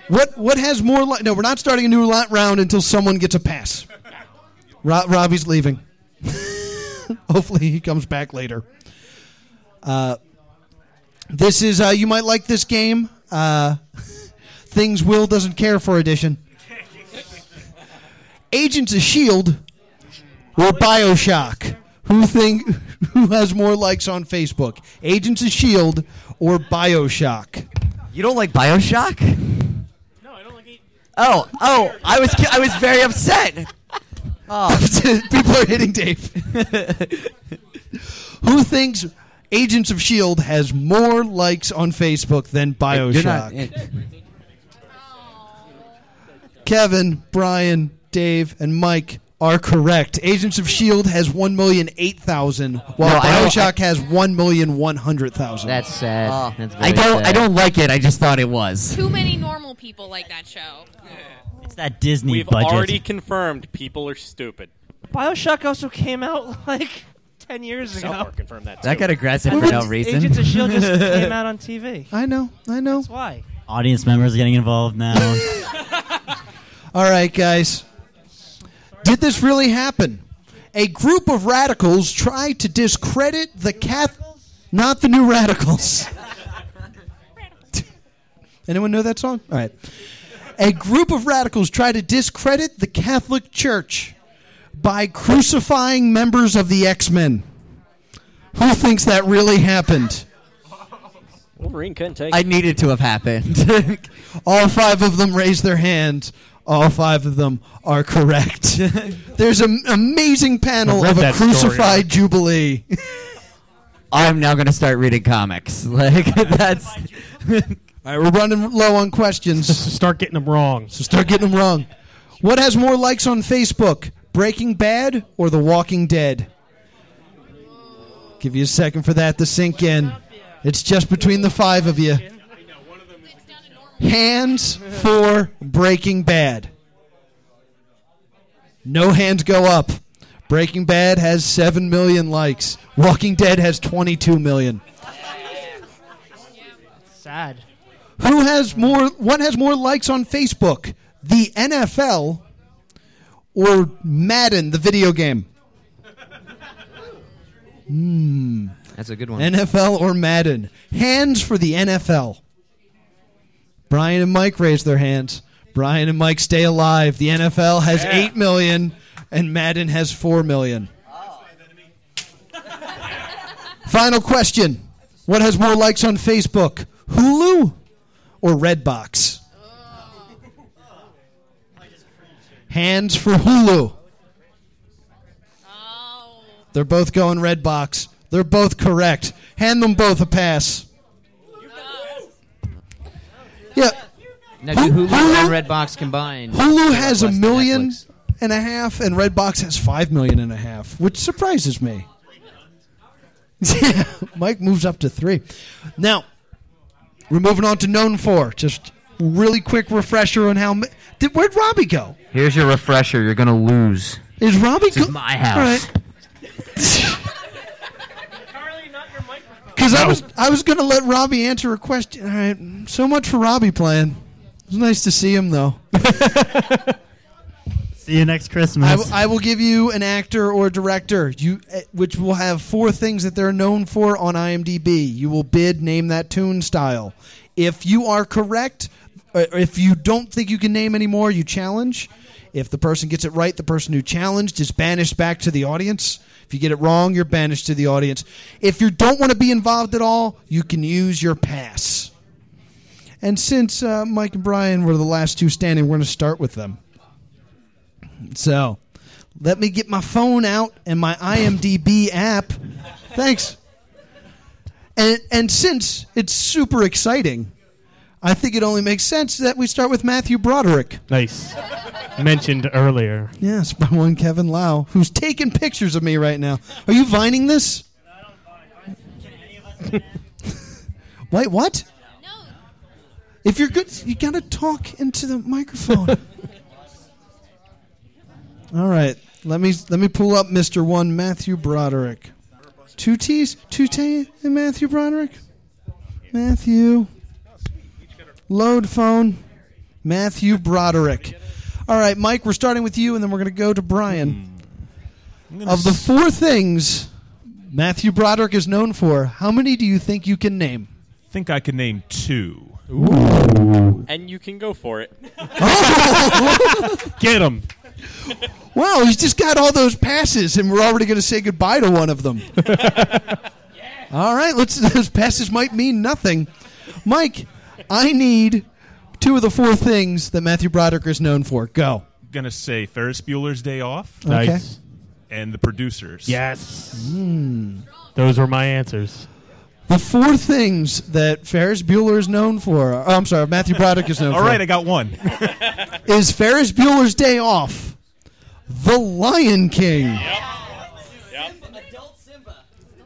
D: what what has more? Li- no, we're not starting a new lot round until someone gets a pass. Ro- Robbie's leaving. *laughs* Hopefully, he comes back later. Uh, this is uh, you might like this game. Uh, things Will doesn't care for edition. Agents of Shield E or Bioshock. Who think *laughs* who has more likes on Facebook? Agents of Shield E or Bioshock?
F: You don't like Bioshock? No, I don't like it. Oh, oh, I was ki- I was very upset.
D: Oh. *laughs* People are hitting Dave. *laughs* who thinks Agents of Shield E has more likes on Facebook than
F: You're not-
D: Bioshock?
B: eh.
D: Kevin, Brian, Dave, and Mike are correct. Agents of Shield E has one million eight thousand, while
F: No, I don't-
D: BioShock has one million one hundred thousand.
J: That's sad.
D: Oh.
J: That's
F: Oh. I
J: very
F: don't
J: sad.
F: I don't like it. I just thought it was.
K: Too many normal people like that show.
F: *laughs* It's that Disney
M: We've
F: budget.
M: already confirmed people are stupid.
I: *laughs* Bioshock also came out like ten years ago.
M: Somehow confirmed that,
F: That
M: too.
F: got aggressive for no reason.
I: Agents of Shield just came out on TV.
D: I know. I know. That's
I: why.
E: Audience members are getting involved
D: *laughs*
E: now.
D: All right, guys. Did this really happen? A group of radicals tried to discredit the Cath. Not the new radicals. *laughs* Anyone know that song? All right. A group of radicals tried to discredit the Catholic Church by crucifying members of the X Men. Who thinks that really happened?
G: Wolverine couldn't take.
F: I needed to have happened.
D: *laughs* All five of them raised their hands. All five of them are correct. There's an amazing panel
F: I read
D: of a
F: that story.
D: crucified jubilee.
F: I'm now going to start reading
D: *laughs*
F: comics. Like that's
D: All right, we're running low on questions.
C: *laughs* start getting them wrong.
D: So start getting them wrong. What has more likes on Facebook, Breaking Bad or The Walking Dead? Give you a second for that to sink in. It's just between the five of you. Hands for Breaking Bad. No hands go up. Breaking Bad has 7 million likes. Walking Dead has 22 million.
I: Sad.
D: Who has more? What has more likes on Facebook? The NFL or Madden, the video game? Hmm.
J: That's a good one.
D: NFL or Madden? Hands for the NFL. Brian and Mike raise their hands. Brian and Mike stay alive. The NFL has
B: Yeah.
D: 8 million and Madden has 4 million. Final question. What has more likes on Facebook? Hulu or Redbox? Hands for Hulu. They're both going Redbox. They're both correct. Hand them both a pass. Yeah.
J: Now, do Hulu and Redbox combined?
D: Hulu has a million and a half, and Redbox has five million and a half, which surprises me. *laughs* Yeah, Mike moves up to three. Now, we're moving on to known for. Just really quick refresher on how. ma- Did, where'd Robbie go?
J: Here's your refresher. You're gonna lose.
D: Is Robbie
J: This is
D: go-
J: my house.
D: All right. I was going to let Robbie answer a question. All right, so much for Robbie playing. It was nice to see him, though.
E: See you next Christmas.
D: I will- I will give you an actor or director, you, eh, which will have four things that they're known for on IMDb. You will bid name that tune style. If you are correct, uh, if you don't think you can name anymore, you challenge. If the person gets it right, the person who challenged is banished back to the audience. If you get it wrong, you're banished to the audience. If you don't want to be involved at all, you can use your pass. And since uh, Mike and Brian were the last two standing, we're going to start with them. So let me get my phone out and my IMDb app. Thanks. And, and since it's super exciting, I think it only makes sense that we start with Matthew Broderick.
C: Nice. Mentioned earlier.
D: Yes, by one Kevin Lau, who's taking pictures of me right now. Are you vining this? *laughs* Wait, what? If you're good, you gotta talk into the *laughs* microphone. All right, let me let me pull up Mister One Matthew Broderick. Two T's, two T, and Matthew Broderick. Matthew. Load phone. Matthew Broderick. All right, Mike, we're starting with you, and then we're going to go to Brian.
H: Mm.
D: Of the four things Matthew Broderick is known for, how many do you think you can name?
H: I think I can name two.
M: And you can go for
D: *laughs*
M: it. *laughs*
C: Get him.
D: Wow, he's just got all those passes, and we're already going to say goodbye to one of them. All right, let's. Those passes might mean nothing. Mike, I need two of the four things that Matthew Broderick is known for. Go.
H: gonna say Ferris Bueller's Day Off.
D: Okay. Nice.
H: And the producers.
C: Yes. Those were my answers.
D: The four things that Ferris Bueller is known for. Oh, I'm sorry, Matthew Broderick is
H: *laughs*
D: known
H: All
D: for.
H: right, I got one.
D: *laughs* is Ferris Bueller's Day Off, The Lion King.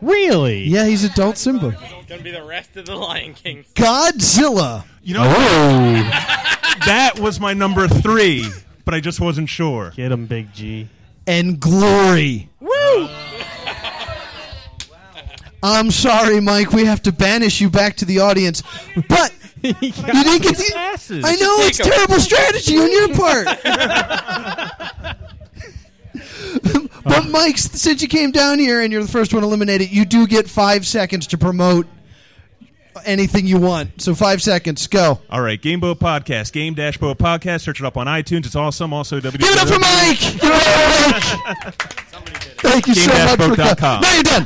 C: Really?
D: Yeah, he's adult Simba.
M: Gonna be the rest of the Lion King.
D: Godzilla.
H: You know,
C: Oh.
H: that was my number three, but I just wasn't sure.
C: Get him, Big G.
D: And Glory.
M: Woo!
D: I'm sorry, Mike. We have to banish you back to the audience. But you didn't get the.
B: passes.
D: I know
B: Take
D: it's
B: 'em.
D: terrible strategy on your part. but Mike, s- since you came down here and you're the first one eliminated, you do get five seconds to promote anything you want. So five seconds. Go.
H: All right, Game Boat Podcast, Game Dash Boat Podcast. Search it up on iTunes. It's awesome. Also, WW.
B: Give it up for Mike! Give it up
H: *laughs*
B: for Mike!
D: Thank you so much for
H: GameDashBook.com.
D: No, you're done.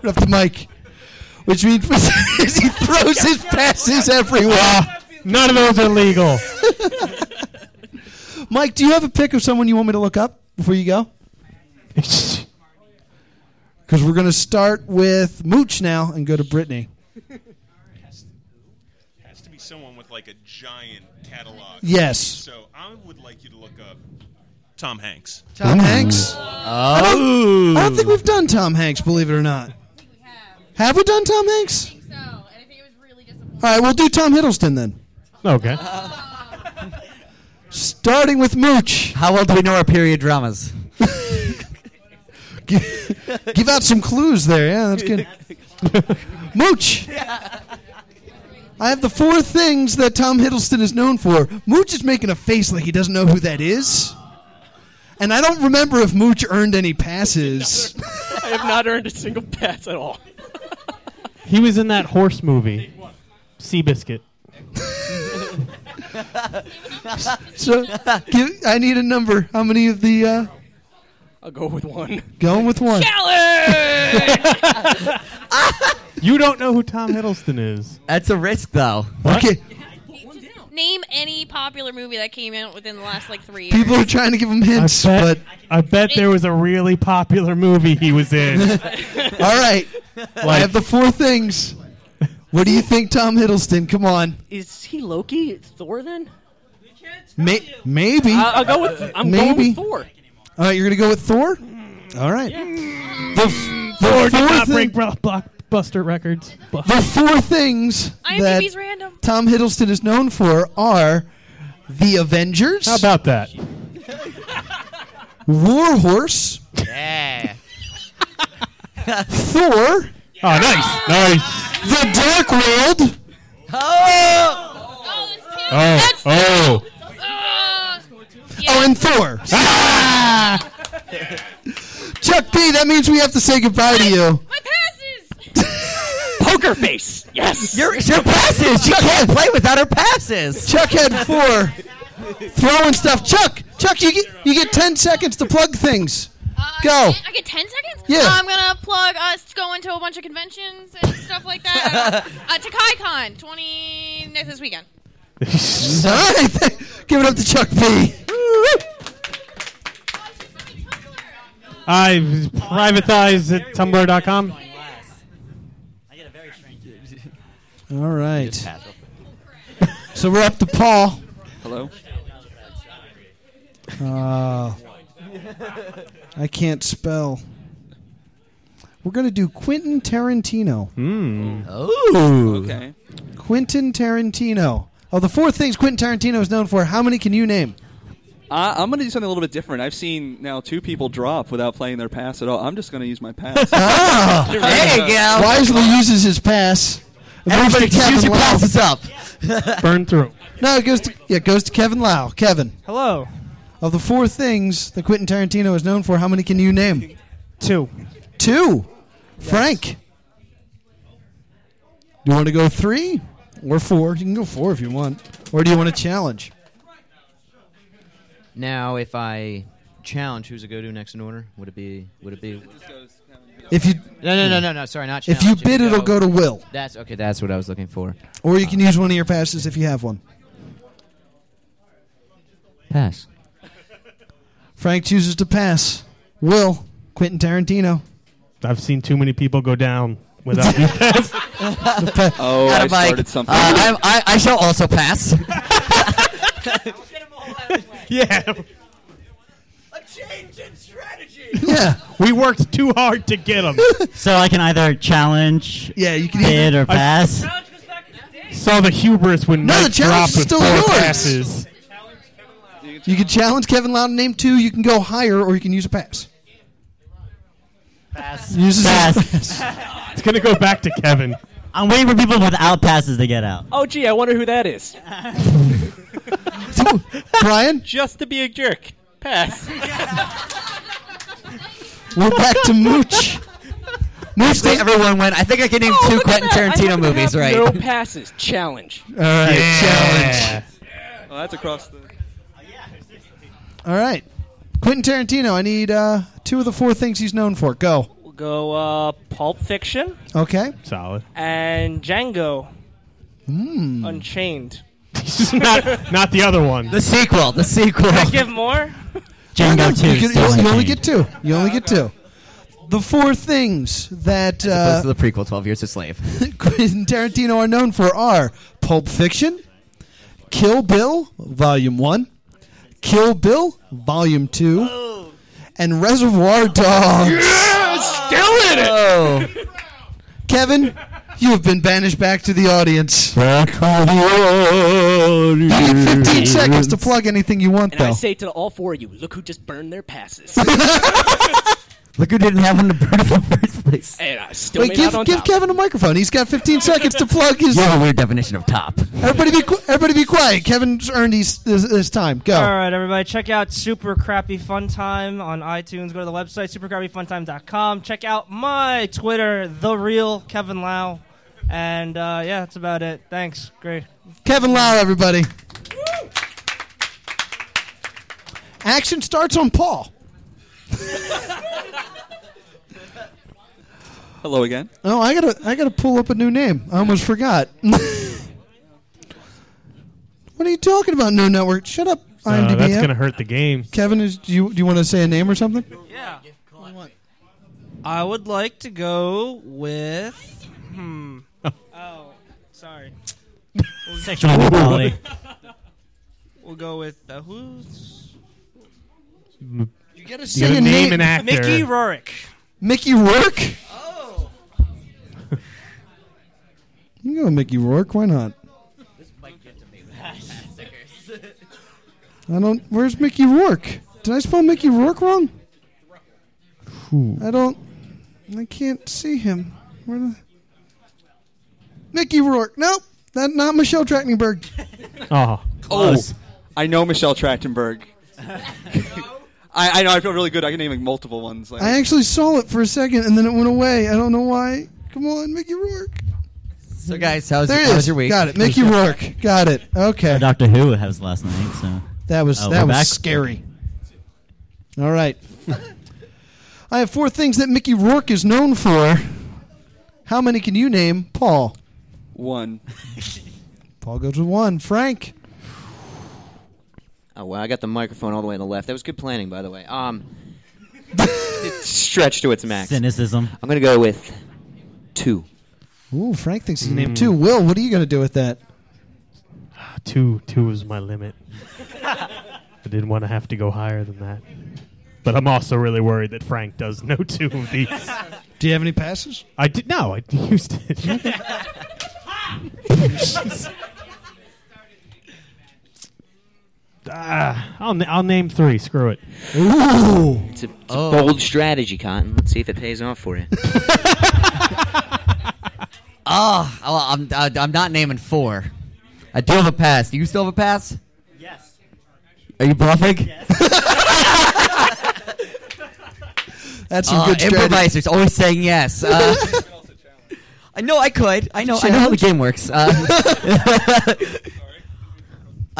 D: Put up the mic, which means *laughs* he throws his passes everywhere.
C: Ah, None of those are legal.
D: Mike, do you have a pic of someone you want me to look up before
C: *laughs*
D: you go? Because we're going to start with Mooch now and go to Brittany.
H: Has to be someone with like a giant catalog.
D: Yes.
H: So I would like you to look up Tom Hanks.
D: Tom Hanks. I don't, I don't think we've done Tom Hanks, believe it or not. Have we done Tom Hanks? I think so, and I think it was really disappointing. All right, we'll do Tom Hiddleston then.
C: Okay.
D: Starting with Mooch.
F: How well do we know our period dramas?
D: Give out some clues there. Yeah,
O: *laughs*
D: that's
B: *laughs*
D: good. Mooch. I have the four things that Tom Hiddleston is known for. Mooch is making a face like he doesn't know who that is. And I don't remember if Mooch earned any passes.
M: I have not earned a single pass at all.
C: He was in that horse movie,
F: *laughs*
C: Seabiscuit.
D: so give, I need a number. How many of the. Uh,
M: I'll go with one.
D: going with one. *laughs*
M: Challenge!
C: You don't know who Tom Hiddleston is.
F: That's a risk, though.
D: Okay.
K: Name any popular movie that came out within the last like three years.
D: People are trying to give him hints,
C: I
D: but.
C: bet, I bet there was a really popular movie he was in.
D: *laughs* All right. I have the four things. What do you think, Tom Hiddleston? Come on.
G: Is he Loki? Thor then?
D: May- maybe.
G: I- I'll go with- I'm going with
D: maybe.
G: Thor.
D: All right, you're gonna go with Thor. All right. The, f- the
C: Thor did not
D: thing-
C: break bro- blockbuster records. Bu-
D: the four things that
K: IMDb's random.
D: Tom Hiddleston is known for are the Avengers. How
C: about that?
D: *laughs* War Horse,
J: Yeah.
D: Thor.
C: Oh, nice, nice.
D: The Dark World.
B: Oh!
D: Oh, oh. Oh, and Thor. Chuck P, that means we have to say goodbye to you.
B: *laughs*
O: Poker face. Yes.
F: Your, your passes. She can't play without her passes.
D: Chuck had four. Throwing stuff. Chuck, Chuck, you get, you get 10 seconds to plug things. Go.
K: Uh, I get 10 seconds?
D: Yeah.
K: I'm going to plug us going to a bunch of conventions and stuff like
D: *laughs*
K: that. uh, to KaiCon 20 next this weekend.
D: All right. *laughs* Give it up to Chuck P.
C: I privatized at tumblr.com.
D: All right. So we're up to Paul.
Q: Hello?
D: Uh, I can't spell. We're going to do Quentin Tarantino.
Q: Oh. Okay.
D: Quentin Tarantino. Of the four things Quentin Tarantino is known for, how many can you *laughs* name?
Q: I, I'm going to do something a little bit different. I've seen now two people drop without playing their pass at all. I'm just going to use my
D: *laughs*
Q: pass.
D: Ah!
Q: *laughs*
D: there
Q: you go.
D: Wisely uses his pass. It goes
F: Everybody
D: to
F: just use
D: Kevin
F: your
D: Lau.
F: passes
D: *laughs*
F: up.
C: Burn through.
D: No, it goes to yeah, it goes to Kevin Lau. Kevin.
I: Hello.
D: Of the four things that Quentin Tarantino is known for, how many can you name?
C: Two.
D: Two. Frank. Do you want to go three or four? You can go four if you want. Or do you want to challenge?
J: Now, if I challenge who's a go to next in order, would it be? Would it be?
D: If you
J: No, no, no, no, no. Sorry, not.
D: If you
J: challenge.
D: bid, it'll go to Will.
J: That's okay. That's what I was looking for.
D: Or you can use one of your passes if you have one.
J: Pass.
D: Frank chooses to pass. Will Quentin Tarantino.
C: I've seen too many people go down without
Q: *laughs*
D: *laughs*
C: me
F: *laughs*
C: pass.
Q: Oh, I
F: Got a mic.
Q: started something.
F: Uh, I'm- I, I shall
Q: *laughs*
F: also pass.
B: *laughs*
C: yeah.
B: A change in strategy.
D: Yeah.
C: *laughs* We worked too hard to get them.
E: *laughs* So I can either challenge,
D: yeah, you can
E: bid, or
C: I-
E: pass.
C: Saw the hubris when
D: No,
C: Mike
D: the
C: dropped
D: challenge is
C: with
D: still
C: four
D: yours.
C: passes.
D: You can challenge Kevin Loudon. Name two. You can go higher, or you can use a pass.
E: Pass.
D: Uses his
C: *laughs* It's gonna go back to Kevin.
E: I'm waiting for people without passes to get out.
O: Oh, gee, I wonder who that
M: *laughs*
D: *laughs*
O: is.
D: Brian?
M: Just to be a jerk. Pass.
D: We're back to
F: *laughs*
D: Mooch. Oh, Mooch,
F: Mostly everyone went. I think I can name two Quentin Tarantino movies, right?
O: No passes. Challenge.
D: All right, challenge.
Q: Oh, that's across the.
D: All right, Quentin Tarantino. I need uh, two of the four things he's known for. Go.
G: We'll go uh, Pulp Fiction
D: Okay.
C: Solid.
G: and Django
D: Mm.
F: *laughs*
G: Unchained.
C: not, not the other one.
F: The sequel. The sequel.
G: Can I give more?
D: No,
E: Django
D: no,
E: two.
D: You,
E: is
D: can-
E: still
D: you only- you only
E: unchanged.
D: get two. You only get two. The four things that
F: As
D: uh,
F: opposed to the prequel, Twelve Years a Slave.
D: *laughs* Quentin Tarantino are known for are Pulp Fiction, Kill Bill Volume 1, Kill Bill Volume 2, and Reservoir Dogs.
F: Oh.
B: Yes,
D: still in it. Kevin, you have been banished back to the audience. You get 15 seconds to plug anything you want,
O: And I
D: though.
O: say to all four of you, look who just burned their passes.
F: Look who didn't have one to burn in the first place.
O: and I still
D: Wait,
O: made
D: give,
O: out on
D: give
O: top.
D: Kevin a microphone. He's got 15 seconds to plug his.
F: You have a weird definition of top.
D: Everybody be qu- everybody be quiet. Kevin's earned his, this, this time. Go.
I: All right, everybody, check out Super Crappy Fun Time on iTunes. Go to the website supercrappyfuntime.com. Check out my Twitter, the real Kevin Lau, and uh, yeah, that's about it. Thanks, great.
D: Kevin Lau, everybody. Action starts on Paul.
Q: Hello again.
D: Oh, I gotta I gotta pull up a new name. I almost forgot. *laughs* what are you talking about? No network. Shut up.
C: Uh,
D: IMDb.
C: that's
D: app.
C: gonna hurt the game.
D: Kevin, is, do you do you want to say a name or something?
I: Yeah. I would like to go with. Hmm. oh, sorry.
E: Sexual inequality.
I: We'll go with uh, who's.
D: You gotta
C: say gotta a name name. an actor.
I: Mickey Rourke.
D: Mickey Rourke. Oh. you can go Mickey Rourke. Why not? I don't. Where's Mickey Rourke? Did I spell Mickey Rourke wrong? I don't. I can't see him. Where the, Mickey Rourke. Nope, that, not Michelle Trachtenberg. Ah,
Q: oh,
C: Oh,
Q: I know Michelle
D: *laughs*
Q: Trachtenberg. *laughs* I, I know. I feel really good. I can name like multiple ones. Like,
D: I actually saw it for a second and then it went away. I don't know why. Come on, Mickey Rourke.
F: So, guys, how's,
D: There it
F: how's
D: is.
F: your week?
D: Got it. Mickey Rourke. Got it.
E: Uh,
D: Okay.
F: Doctor Who has last night, so
D: That was
F: Oh,
D: that
F: we're
D: was
F: back?
D: scary. All right. I have four things that Mickey Rourke is known for. How many can you name, Paul?
Q: One.
D: Paul goes with one. Frank.
O: Oh well, I got the microphone all the way on the left. That was good planning, by the way.
D: *laughs*
O: Um, it's stretched to its max.
F: Cynicism.
O: I'm gonna go with two.
D: Ooh, Frank thinks he's
C: Mm.
D: named two. Will, what are you going to do with that?
C: Two, two was my limit. I didn't want to have to go higher than that. But I'm also really worried that Frank does know two of these.
D: Do you have any passes?
C: I did. No, I used
D: *laughs*
C: it. ah, I'll, na- I'll name three. Screw it.
D: Ooh.
O: It's a, it's
C: Oh.
O: a bold strategy, Cotton. Let's see if it pays off
D: *laughs*
O: for you.
F: Oh, well, I'm, I- I'm not naming four. I do have a pass. Do you still have a pass?
B: Yes.
F: Are you bluffing? *laughs*
D: That's
B: some good strategy.
F: Uh, improvisers always saying yes. Uh, *laughs*
D: *laughs*
F: I know I could. I know. I know how the game works. *laughs* Uh,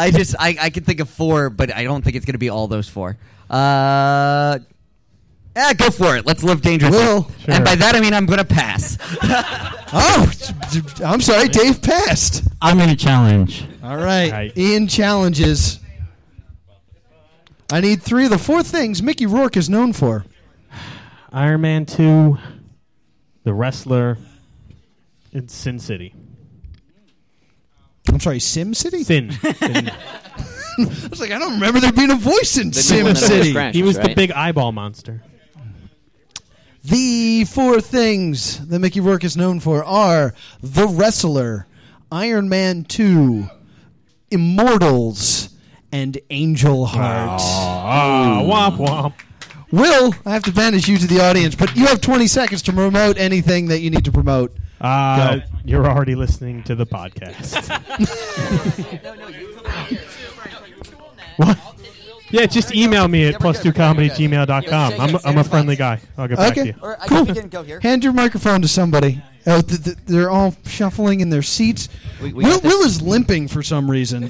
F: I just I, I can think of four, but I don't think it's gonna be all those four. Uh, yeah, go for it. Let's live dangerously.
D: Will.
F: And by that I mean I'm gonna pass. *laughs*
D: oh, I'm *laughs* sorry, Dave passed.
E: I'm going to challenge.
D: All right. Ian challenges. I need three of the four things Mickey Rourke is known for.
C: Iron Man 2, The Wrestler, and Sin City.
D: I'm sorry, Sim City?
C: Sin. Sin.
D: I was like, I don't remember there being a voice in
C: The new
D: Sim
C: one that
D: City.
C: always crashes, He was the right? big eyeball monster.
D: The four things that Mickey Rourke is known for are The Wrestler, Iron Man 2, Immortals, and Angel Heart.
C: Ah, womp womp.
D: Will, I have to banish you to the audience, but you have 20 seconds to promote anything that you need to promote.
C: Uh,
D: Go.
C: you're already listening to the *laughs* podcast. what? Yeah, just email me at plus two comedy gmail.com. I'm, I'm a friendly guy. I'll get back to
D: Okay,
C: you.
D: cool. Hand your microphone to somebody. Oh, th- th- they're all shuffling in their seats.
F: We- we
D: Will,
F: got this.
D: Will is limping for some
F: *laughs*
D: reason.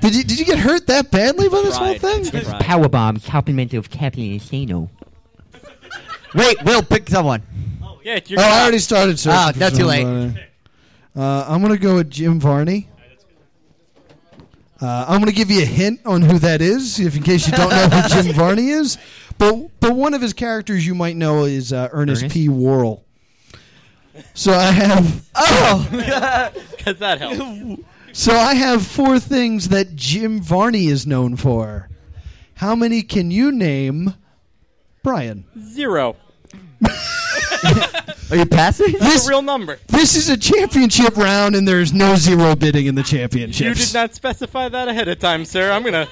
D: did you did you get hurt that badly by this whole
F: Fried.
D: thing?
F: Fried.
J: Powerbomb, complimento of Captain Insano.
F: Wait, Will, pick someone.
M: Yeah,
D: Oh, I already started. searching
F: Oh,
D: for
F: not too late.
D: somebody. Uh, I'm gonna go with Jim Varney. Uh, I'm gonna give you a hint on who that is, if in case you don't know *laughs* who Jim Varney is. But but one of his characters you might know is uh, Ernest, P. Worrell. So I have
M: *laughs* Oh, because that helps.
D: So I have four things that Jim Varney is known for. How many can you name, Brian?
M: Zero.
D: Are you passing?
M: That's
D: This,
M: a real number.
D: this is a championship round, and there is no zero bidding in the
M: You did
D: championships.
M: not specify that ahead of time, sir. I'm gonna.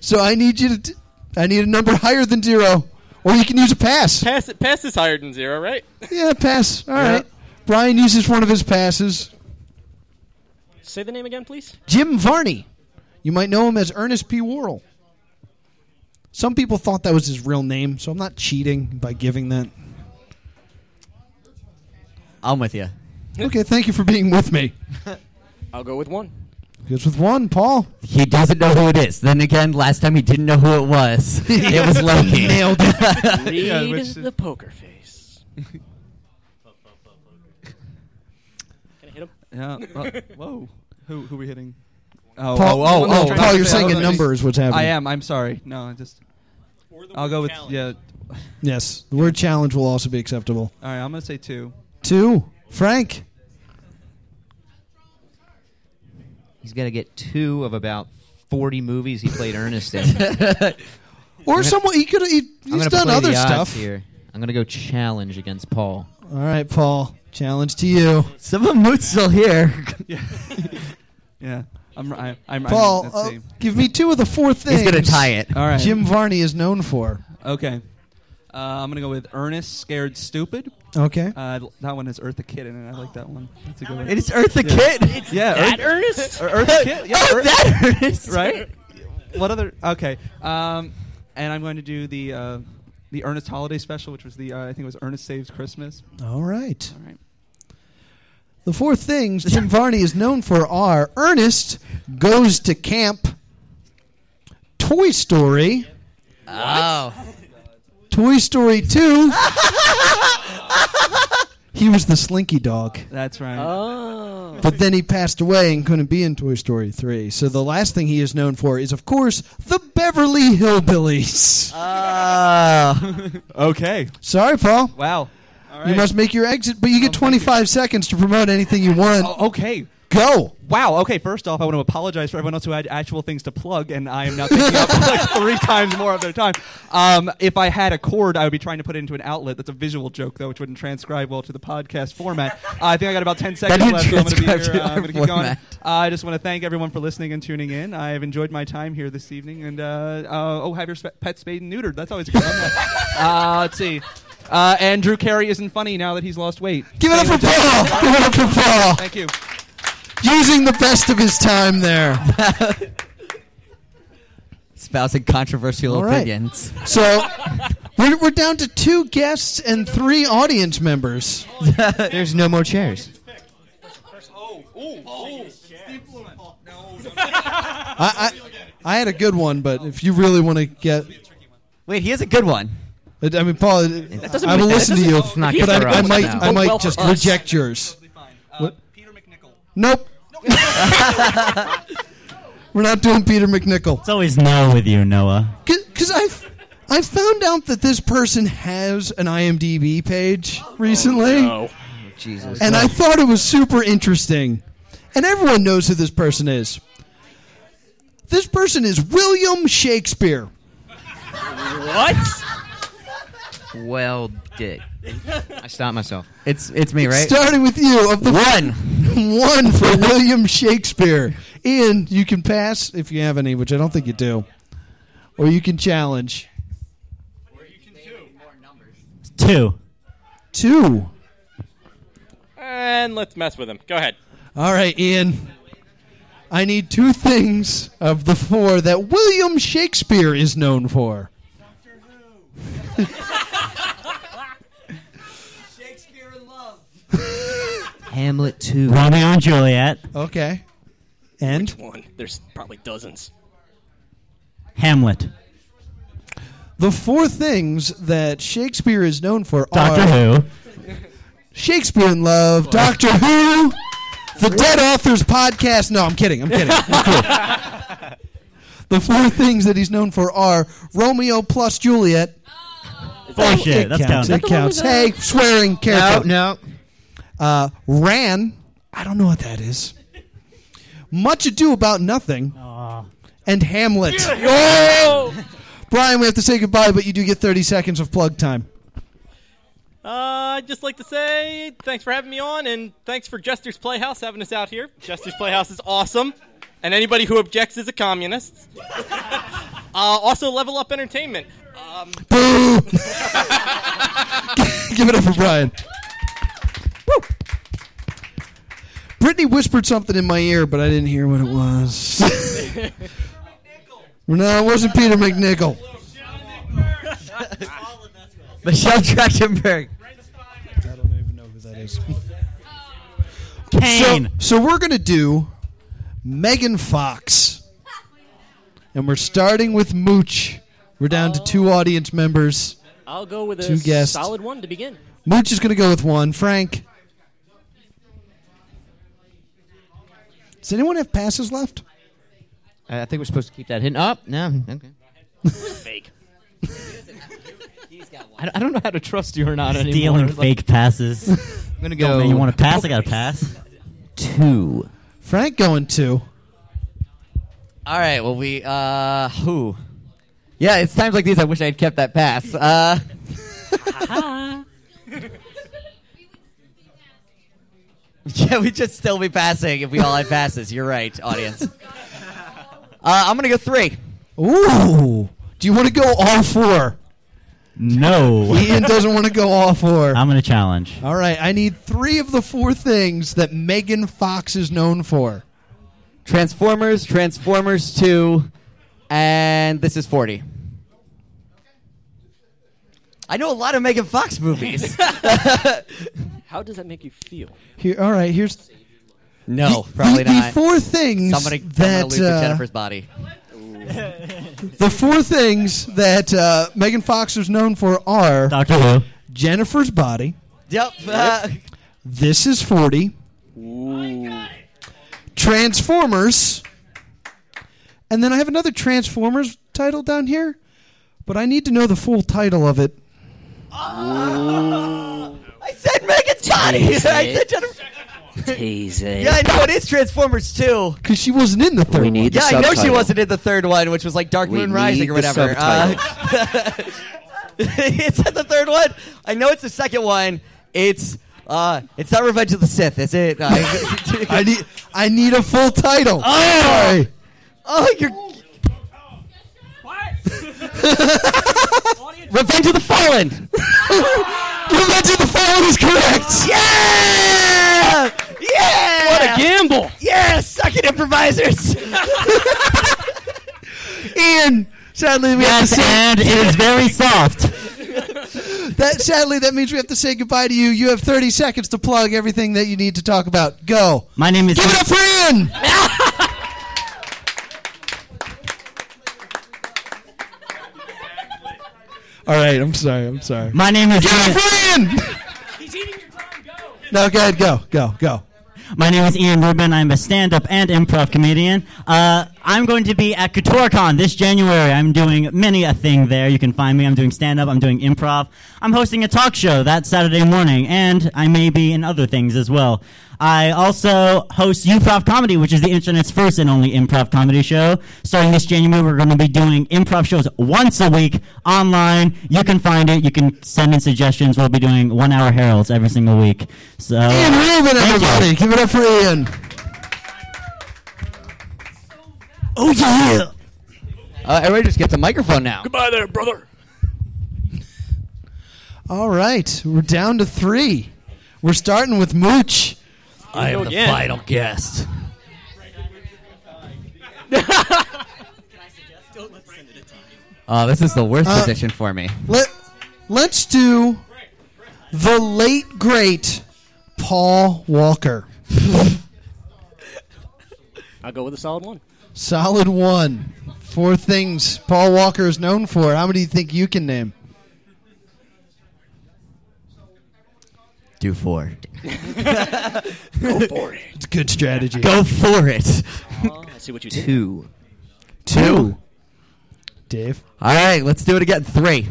D: So I need you to. T- I need a number higher than zero, or you can use a pass.
M: Pass, pass is higher than zero, right?
D: Yeah, pass. All right.
M: Yeah.
D: Brian uses one of his passes.
M: Say the name again, please.
D: Jim Varney. You might know him as Ernest P. Worrell. Some people thought that was his real name, so I'm not cheating by giving that.
F: I'm with you.
D: Okay, thank you for being with me.
M: I'll go with one.
D: Goes with one, Paul.
F: He doesn't know who it is. Then again, last time he didn't know who
D: *laughs*
F: it was. *laughs* It was Loki.
D: Nailed it.
R: *laughs*
F: *laughs*
M: Read
D: Yeah,
F: which-
M: the poker face. Can I hit him?
Q: Yeah. uh, whoa. Who who we hitting? Oh,
D: Paul-
Q: oh, oh,
D: no,
Q: oh,
D: Paul,
Q: oh,
D: you're
Q: oh,
D: saying a
Q: oh,
D: number is what's happening.
Q: I am. I'm sorry. No, I just. I'll go with yeah.
D: Yes, the word challenge will also be acceptable.
Q: All right, I'm gonna say two.
D: Two, Frank.
J: He's got to get two of about 40 movies he played
D: *laughs*
J: Ernest
F: *laughs*
J: in.
D: Or
J: I'm gonna-
D: someone- he could- he- he's
J: I'm gonna
D: done
J: play
D: other
J: the odds
D: stuff.
J: here. I'm going to go challenge against Paul.
D: All right, Paul. Challenge to you.
F: Some of Moot's still here.
Q: *laughs* Yeah. I'm. I, I'm.
D: Paul,
Q: I'm,
D: uh,
Q: let's see.
D: give me two of the four things.
F: He's gonna tie it.
Q: All right.
D: Jim Varney is known for.
Q: Okay.
L: Uh, I'm gonna go with Ernest Scared Stupid.
D: Okay.
L: Uh, that one has Eartha Kitt in it. I like that one. That's a good one.
D: And it's Eartha Kitt? It's
L: yeah.
D: that
L: Ernest.
D: Ernest?
L: Eartha Kitt. Yeah. *laughs*
D: Oh,
L: Earth-
D: that Ernest.
L: Right. What other? Okay. Um, and I'm going to do the uh, the Ernest Holiday Special, which was the uh, I think it was Ernest Saves Christmas.
D: All right. All right. The four things Jim Varney is known for are Ernest goes to camp, Toy Story,
F: Oh.
D: Toy Story 2. *laughs* he was the slinky dog.
L: That's right. Oh.
D: But then he passed away and couldn't be in Toy Story 3. So the last thing he is known for is, of course, the Beverly Hillbillies. *laughs*
L: okay.
D: Sorry, Paul.
L: Wow. All
D: You
L: right.
D: must make your exit, but you get 25 seconds to promote anything you want.
L: Oh, okay.
D: Go.
L: Wow. Okay. First off, I want to apologize for everyone else who had actual things to plug, and I am now taking up *laughs* like three times more of their time. Um, if I had a cord, I would be trying to put it into an outlet. That's a visual joke, though, which wouldn't transcribe well to the podcast format. Uh, I think I got about ten seconds
F: didn't
L: left. So I'm going to be
F: transcribe
L: here. Uh,
F: to
L: I'm
F: our
L: going to keep going.
F: format.
L: Uh, I just want to thank everyone for listening and tuning in. I have enjoyed my time here this evening, and uh, uh, oh, have your sp- pet spayed and neutered. That's always a good one.
D: *laughs*
L: uh, let's see. Uh, and Drew Carey isn't funny now that he's lost weight.
D: Give it up for Paul. Give it up for Paul.
L: Thank you.
D: Using the best of his time
F: *laughs*
D: there.
F: Spousing controversial
D: All right.
F: opinions.
D: So we're, we're down to two guests and three audience
F: *laughs*
D: members.
J: There's no more chairs.
M: Oh.
F: Oh.
D: I, I, I had a good one, but if you really want to get.
F: Wait, he has a good one.
D: I I mean, Paul,
F: doesn't
D: I will
F: mean-
D: listen
F: that
D: to you,
F: doesn't- It's not
D: but
F: good for
D: I, I
F: us
D: might,
F: now.
D: I might
F: Well, for
D: just
F: us.
D: reject yours. What? Nope. We're not doing Peter McNichol. It's
E: always no with you, Noah.
D: Because I've I found out that this person has an IMDb page recently,
J: Jesus.
D: and I thought it was super interesting. And everyone knows who this person is. This person is William Shakespeare.
J: What? Well, dick. I stopped myself.
F: It's it's me, right?
D: Starting with you of the
F: One.
D: *laughs* one for William Shakespeare. Ian, you can pass if you have any, which I don't think you do, or you can challenge.
E: Two.
D: Two.
M: And let's mess with him. Go ahead.
D: All right, Ian. I need two things of the four that William Shakespeare is known for.
J: Hamlet 2.
E: Romeo and Juliet.
D: Okay. And?
M: One. There's probably dozens.
E: *laughs* Hamlet.
D: The four things that Shakespeare is known for
E: Doctor
D: are
E: Who.
D: Shakespeare in Love, Doctor Who, The Dead Authors Podcast. No, I'm kidding. I'm kidding. I'm kidding. The four things that he's known for are Romeo plus Juliet.
E: Bullshit.
D: It
E: That's
D: counts.
E: counting.
D: It counts. Hey, swearing. Careful.
J: No,
D: no. Uh, Ran. I don't know what that is. Much Ado About Nothing. And Hamlet. Brian, we have to say goodbye, but you do get 30 seconds of plug time.
M: Uh, I'd just like to say thanks for having me on, and thanks for Jester's Playhouse having us out here. Jester's Playhouse is awesome, and anybody who objects is a communist. *laughs* uh, also, Level Up Entertainment. Um,
D: Boo! *laughs* Give it up for Brian. Woo! Brittany whispered something in my ear, but I didn't hear what it was. *laughs*
M: *laughs*
D: no, it wasn't Peter McNichol.
F: Michelle Trachtenberg.
D: I don't even know who that is. So, so we're gonna do Megan Fox, and we're starting with Mooch. We're down to two audience members.
R: I'll go with a
D: Two guests.
R: solid one to begin.
D: Mooch is gonna go with one. Frank. Does anyone have passes left?
J: I I think we're supposed to keep that hidden. Up. no. Okay.
R: Fake.
J: *laughs* I, I don't know how to trust you or not anymore.
E: Stealing
J: Like-
E: fake passes.
J: I'm gonna go.
E: man, you want to pass? I got to pass.
J: Two.
D: Frank going two.
F: All right. Well, we uh, who? Yeah, it's times like these I wish I had kept that pass. Uh, *laughs* yeah, we'd just still be passing if we all had passes. You're right, audience. Uh, I'm gonna go three.
D: Ooh. Do you want to go all four?
E: No.
D: Ian doesn't want to go all four.
E: I'm going to challenge.
D: All right, I need three of the four things that Megan Fox is known for.
F: Transformers, Transformers 2, and this is 40. I know a lot of Megan Fox
R: *laughs*
F: movies. *laughs*
R: How does that make you feel?
D: Here, all right, here's
F: No,
D: The-
F: probably
D: the,
F: not.
D: The four things
F: Somebody
D: that
F: lose
D: uh,
F: Jennifer's body.
D: the four things that uh, Megan Fox is known for are
E: Doctor Who,
D: Jennifer's Body,
F: Yep. uh,
D: This Is Forty, Transformers, and then I have another Transformers title down here, but I need to know the full title of it.
F: I said Megan's body. *laughs* I
D: Tease
F: said
D: it.
F: Jennifer.
O: Tease it.
F: Yeah, I know it is Transformers 2.
D: Because she wasn't in the third.
O: We need the
F: Yeah, I know she
O: subtitle.
F: wasn't in the third one, which was like Dark
O: We
F: Moon Rising
O: need
F: or
O: the
F: whatever. Uh, *laughs* it's not the third one. I know it's the second one. It's uh, it's not Revenge of the Sith, is it? *laughs* I,
D: I need I need a full title. Sorry.
F: Oh, you're. *laughs* Revenge of the Fallen. *laughs*
D: Revenge of the Fallen is correct.
F: Yeah! Yeah! What a
R: gamble!
F: Yeah, suck it, improvisers.
D: Ian, sadly we
E: Yes,
D: have to say
E: and it is very soft.
D: that sadly that means we have to say goodbye to you. You have 30 seconds to plug everything that you need to talk about. Go.
E: My name is
D: Give it up for Ian. *laughs* All right, I'm sorry. I'm sorry.
E: My name is
D: Give it up for Ian. No, go ahead. Go, go, go.
E: My name is Ian Rubin. I'm a stand up and improv comedian. Uh, I'm going to be at CoutureCon this January. I'm doing many a thing there. You can find me. I'm doing stand up, I'm doing improv. I'm hosting a talk show that Saturday morning, and I may be in other things as well. I also host Improv Comedy, which is the internet's first and only improv comedy show. Starting this January, we're going to be doing improv shows once a week online. You can find it. You can send in suggestions. We'll be doing one hour heralds every single week. So,
D: Ian
E: Uh,
D: Rubin, everybody. Give it up for Ian.
F: Oh, yeah. Uh, everybody just gets a microphone now.
R: Goodbye there, brother.
D: All right, we're down to three. We're starting with Mooch.
F: I am the Again. final guest. Oh, this is the worst
D: Uh,
F: position for me.
D: Let Let's do the late great Paul Walker.
R: I'll go with a solid one.
D: Solid one. Four things Paul Walker is known for. How many do you think you can name?
F: Do four.
D: *laughs*
R: go for it.
F: *laughs*
D: It's a good strategy.
F: Go for it.
R: Oh, I see what you did.
F: Two.
D: Two. Dave.
F: All right, let's do it again. Three.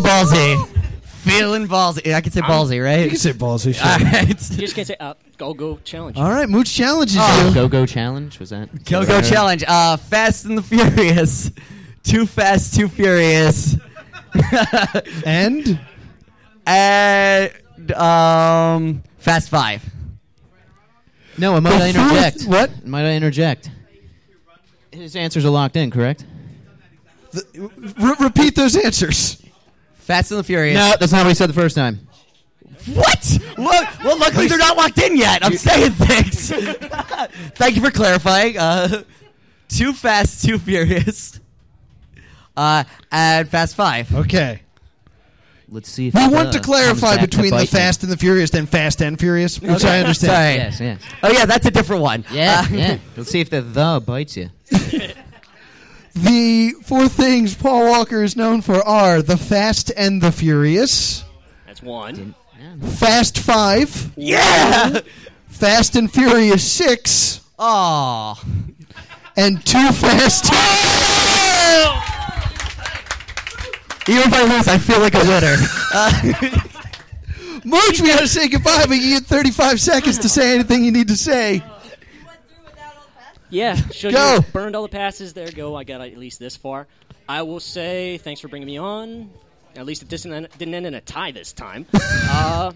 D: *laughs*
F: ballsy. Feeling ballsy. I can say ballsy, right?
D: You can say ballsy.
F: All *laughs* right.
R: *laughs* You just can't say, uh, I'll go challenge.
D: All right, Mooch challenges you.
J: Go go challenge was that?
F: Go go Oh. challenge. Uh, Fast and the Furious. *laughs* Too fast, too furious. *laughs*
D: and
F: and um, Fast Five.
J: No, might I
F: The fourth-
J: interject?
D: What?
J: Might I interject? His answers are locked in, correct?
D: Re- repeat those answers.
F: Fast and the Furious.
J: No, that's not what he said the first time.
F: What? Look, well, luckily they're not locked in yet. I'm saying things. Thank you for clarifying. Uh, too fast, too furious. Uh, and Fast Five.
D: Okay.
J: Let's see if
D: We
J: it
D: want to
J: does.
D: clarify
J: Comes back to
D: between the
J: bite you.
D: Fast and the Furious, then Fast and Furious, which I understand.
F: Sorry.
J: Yes, yes.
F: Oh yeah, that's a different one.
J: Yeah,
F: Uh,
J: yeah. Let's see if the the bites you.
D: The four things Paul Walker is known for are the Fast and the Furious,
R: That's one.
D: Fast Five,
F: Yeah.
D: Fast and Furious Six,
F: Aw.
D: and Too Fast.
F: Oh! Even if I lose, I feel like a *laughs* winner. Uh.
D: Mooch, we gotta say goodbye, but you had 35 seconds to say anything you need to say.
R: Yeah, should
D: Go.
R: have burned all the passes. There go. I got at least this far. I will say thanks for bringing me on. At least it didn't didn't end in a tie this time. uh,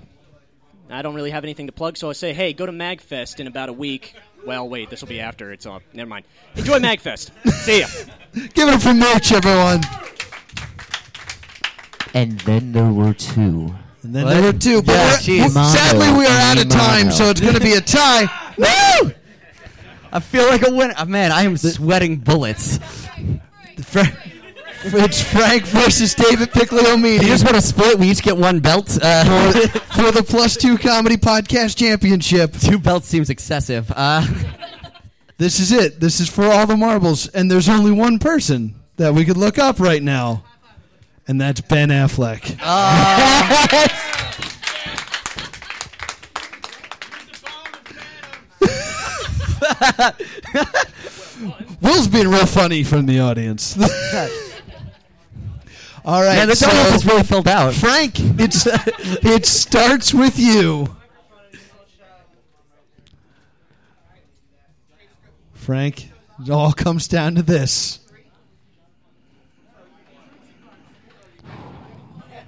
R: I don't really have anything to plug, so I say, hey, go to MagFest in about a week. Well, wait, this will be after. It's on. Never mind. Enjoy MagFest. See ya.
D: Give it up for Mooch, everyone.
J: And then there were two.
D: And then there were two. But we're- sadly, we are out of time, so it's going to be a
F: *laughs*
D: tie. Woo!
F: I feel like a winner. Oh, man, I am sweating bullets.
D: It's Frank versus David Piccolomini.
F: You just want to split? We each get one belt. *laughs* Uh,
D: for, for the Plus Two Comedy Podcast Championship.
F: Two belts seems excessive. Uh.
D: This is it. This is for all the marbles, and there's only one person that we could look up right now, and that's Ben Affleck.
F: Oh.
D: *laughs* Will's being real funny from the audience. *laughs* All right,
F: Man, this audience is really filled out.
D: Frank, *laughs* it's it starts with you. Frank, it all comes down to this.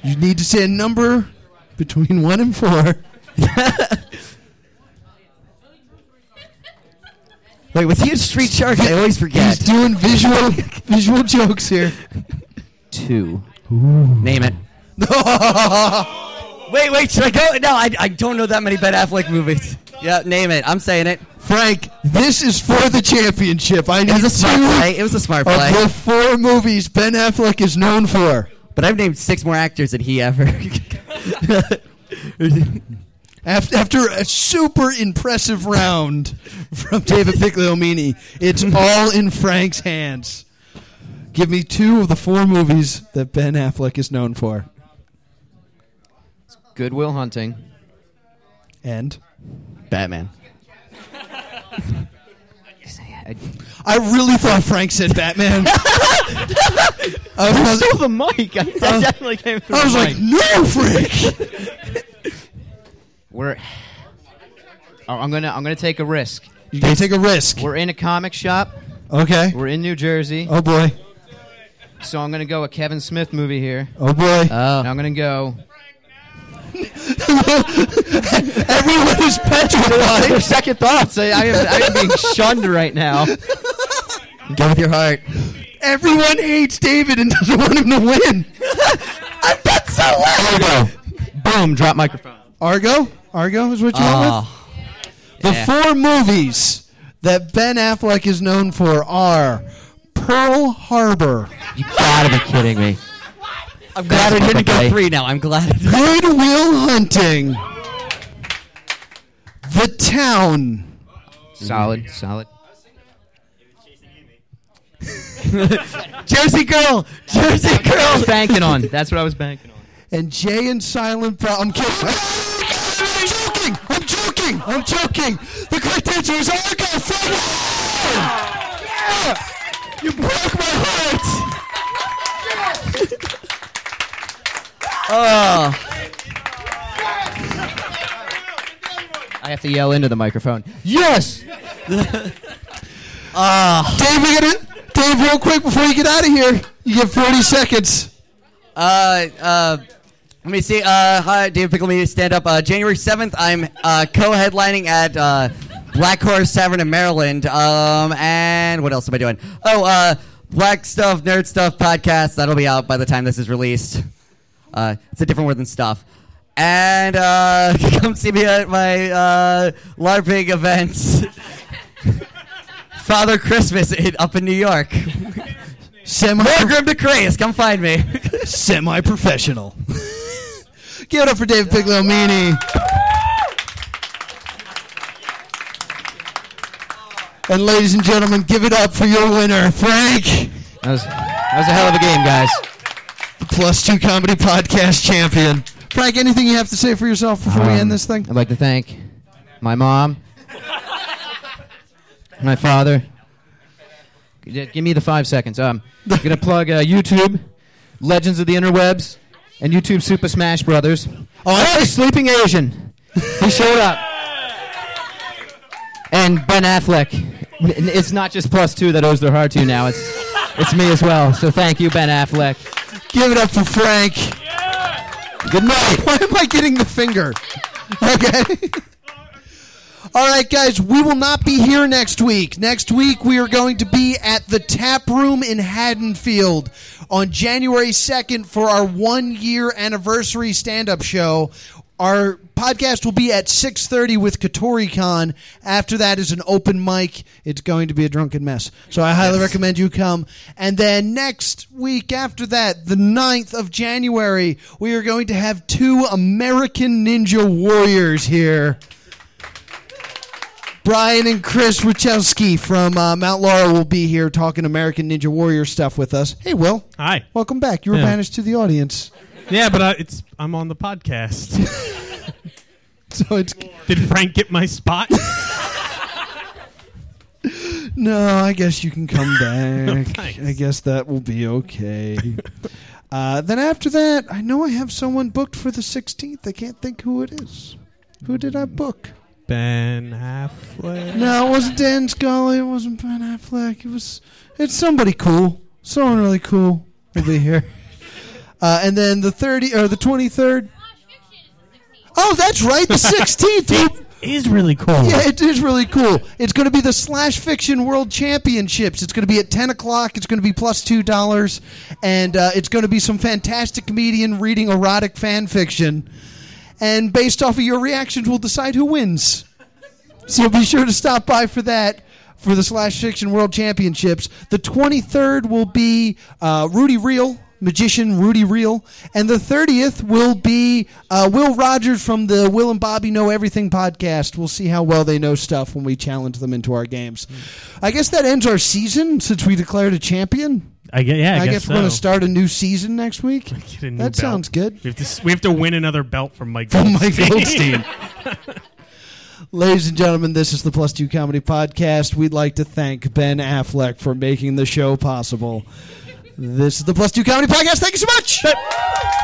D: You need to say a number between one and four.
F: *laughs* Wait, was he a street shark? I always forget.
D: He's doing visual *laughs* visual jokes
F: *laughs*
D: here.
F: two. Name it. wait, wait, should I go? No, I, I don't know that many Ben Affleck movies. Yeah, name it. I'm saying it.
D: Frank, this is for the championship. I need
F: was a smart
D: two
F: play. It was a smart play.
D: Of the four movies Ben Affleck is known for.
F: But I've named six more actors than
D: *laughs*
F: he ever. *laughs*
D: After, after a super impressive round from David Piccolomini, it's all in Frank's hands. Give me two of the four movies that Ben Affleck is known for.
J: Goodwill Hunting.
D: And
J: *laughs*
F: Batman.
D: I really thought Frank said
F: *laughs*
D: Batman. I was, uh,
F: Still the mic. I,
D: I-
F: definitely came through
D: I was
F: the
D: like,
F: mic.
D: no, Frank.
J: *laughs* We're. Oh, I'm gonna I'm gonna take a risk.
D: You gotta take a risk.
J: We're in a comic shop.
D: Okay.
J: We're in New Jersey.
D: Oh boy.
J: So I'm gonna go a Kevin Smith movie here.
D: Oh boy.
J: Oh. I'm gonna
F: *laughs*
J: go.
D: Everyone is petrified.
J: Second thoughts. I, I, am, I am being shunned right now.
F: Go with your heart.
D: Everyone hates David and doesn't want him to win.
F: I've done so well. Boom. Drop microphone.
D: Argo? Argo is what you
B: Ah,
D: went with? The
F: yeah.
D: four movies that Ben Affleck is known for are Pearl Harbor,
F: You gotta be kidding me. I'm glad I didn't go three now. I'm glad. I didn't.
D: Goodwill Hunting, The Town,
F: Mm-hmm.
J: Solid, solid.
F: Jersey girl.
D: *laughs*
F: Jersey girl.
J: Banking on. That's what I was banking on.
D: and Jay and Silent Bob. I'm kidding. I'm joking. I'm joking. I'm joking. The correct answer is Argo. Fuck yeah! You broke my heart.
F: Oh.
J: I have to yell into the microphone.
D: *laughs*
J: Yes.
D: Uh,
F: Ah.
D: Dave, we gotta, Dave, real quick before you get out of here, you get 40 seconds.
F: Uh, uh, let me see. Uh, hi, David Pickle Media Stand Up. Uh, January 7th, I'm uh, co headlining at uh, Black Horse Tavern in Maryland. Um, and what else am I doing? Oh, uh, Black Stuff, Nerd Stuff podcast. That'll be out by the time this is released. Uh, it's a different word than stuff. And uh, *laughs* come see me at my uh, LARPing events. Father Christmas in, up in New York.
D: Semi
F: Pilgrim to Craze, come find *laughs* me.
D: semi professional. *laughs* Give it up for Dave Piccolomini. And ladies and gentlemen, give it up for your winner, Frank,
J: That was, that was a hell of a game, guys.
D: the Plus Two Comedy Podcast champion. Frank, anything you have to say for yourself before we
J: Um,
D: end this thing?
J: I'd like to thank my mom, my father. G- Give me the five seconds. Um, I'm gonna plug uh, YouTube, Legends of the Interwebs, and YouTube Super Smash Brothers. Oh, hey, Sleeping Asian, he showed up. And Ben Affleck. N- n- It's not just plus two that owes their heart to you now. It's it's me as well. So thank you, Ben Affleck.
D: Give it up for Frank. Good night. Why am I getting the finger? Okay. All right, guys, we will not be here next week. Next week, we are going to be at the Tap Room in Haddonfield on January 2nd for our one year anniversary stand up show. Our podcast will be at 6.30 with KatoriCon. After that is an open mic. It's going to be a drunken mess. So I highly recommend you come. And then next week after that, the 9th of January, we are going to have two American Ninja Warriors here. Brian and Chris Wachowski from uh, Mount Laurel will be here talking American Ninja Warrior stuff with us. Hey, Will.
C: Hi.
D: Welcome back. You were
C: Yeah.
D: banished to the audience.
C: Yeah, but I, it's I'm on the podcast.
D: *laughs* so it's
C: did Frank get my spot?
D: No, I guess you
C: *laughs*
D: can come back.
C: Thanks.
D: I guess that will be okay.
C: *laughs*
D: uh, then after that, I know I have someone booked for the 16th. I can't think who it is. Who did I book?
C: ben Affleck.
D: No, it wasn't Dan Scully. It wasn't Ben Affleck. It was it's somebody cool. Someone really cool will be here. *laughs* Uh, and then the 30 or the 23rd. Oh, that's right, the 16th.
C: It is really cool.
D: Yeah, it is really cool. It's going to be the Slash Fiction World Championships. It's going to be at 10 o'clock. It's going to be plus $2. And uh, it's going to be some fantastic comedian reading erotic fan fiction. And based off of your reactions, we'll decide who wins. So be sure to stop by for that for the Slash Fiction World Championships. The 23rd will be uh, Rudy Real, magician Rudy Real. And the 30th will be uh, Will Rogers from the Will and Bobby Know Everything podcast. We'll see how well they know stuff when we challenge them into our games. I guess that ends our season since we declared a champion.
C: I guess, yeah, I,
D: guess, we're going to
C: so.
D: start a new season next
C: *laughs*
D: week.
C: Get a new
D: That
C: belt.
D: sounds good.
C: We have, to, s- we have to win another belt from Mike
D: From Mike
C: Goldstein. *laughs*
D: Ladies and gentlemen, this is the Plus Two Comedy Podcast. We'd like to thank Ben Affleck for making the show possible. This is the Plus Two Comedy Podcast. Thank you so much.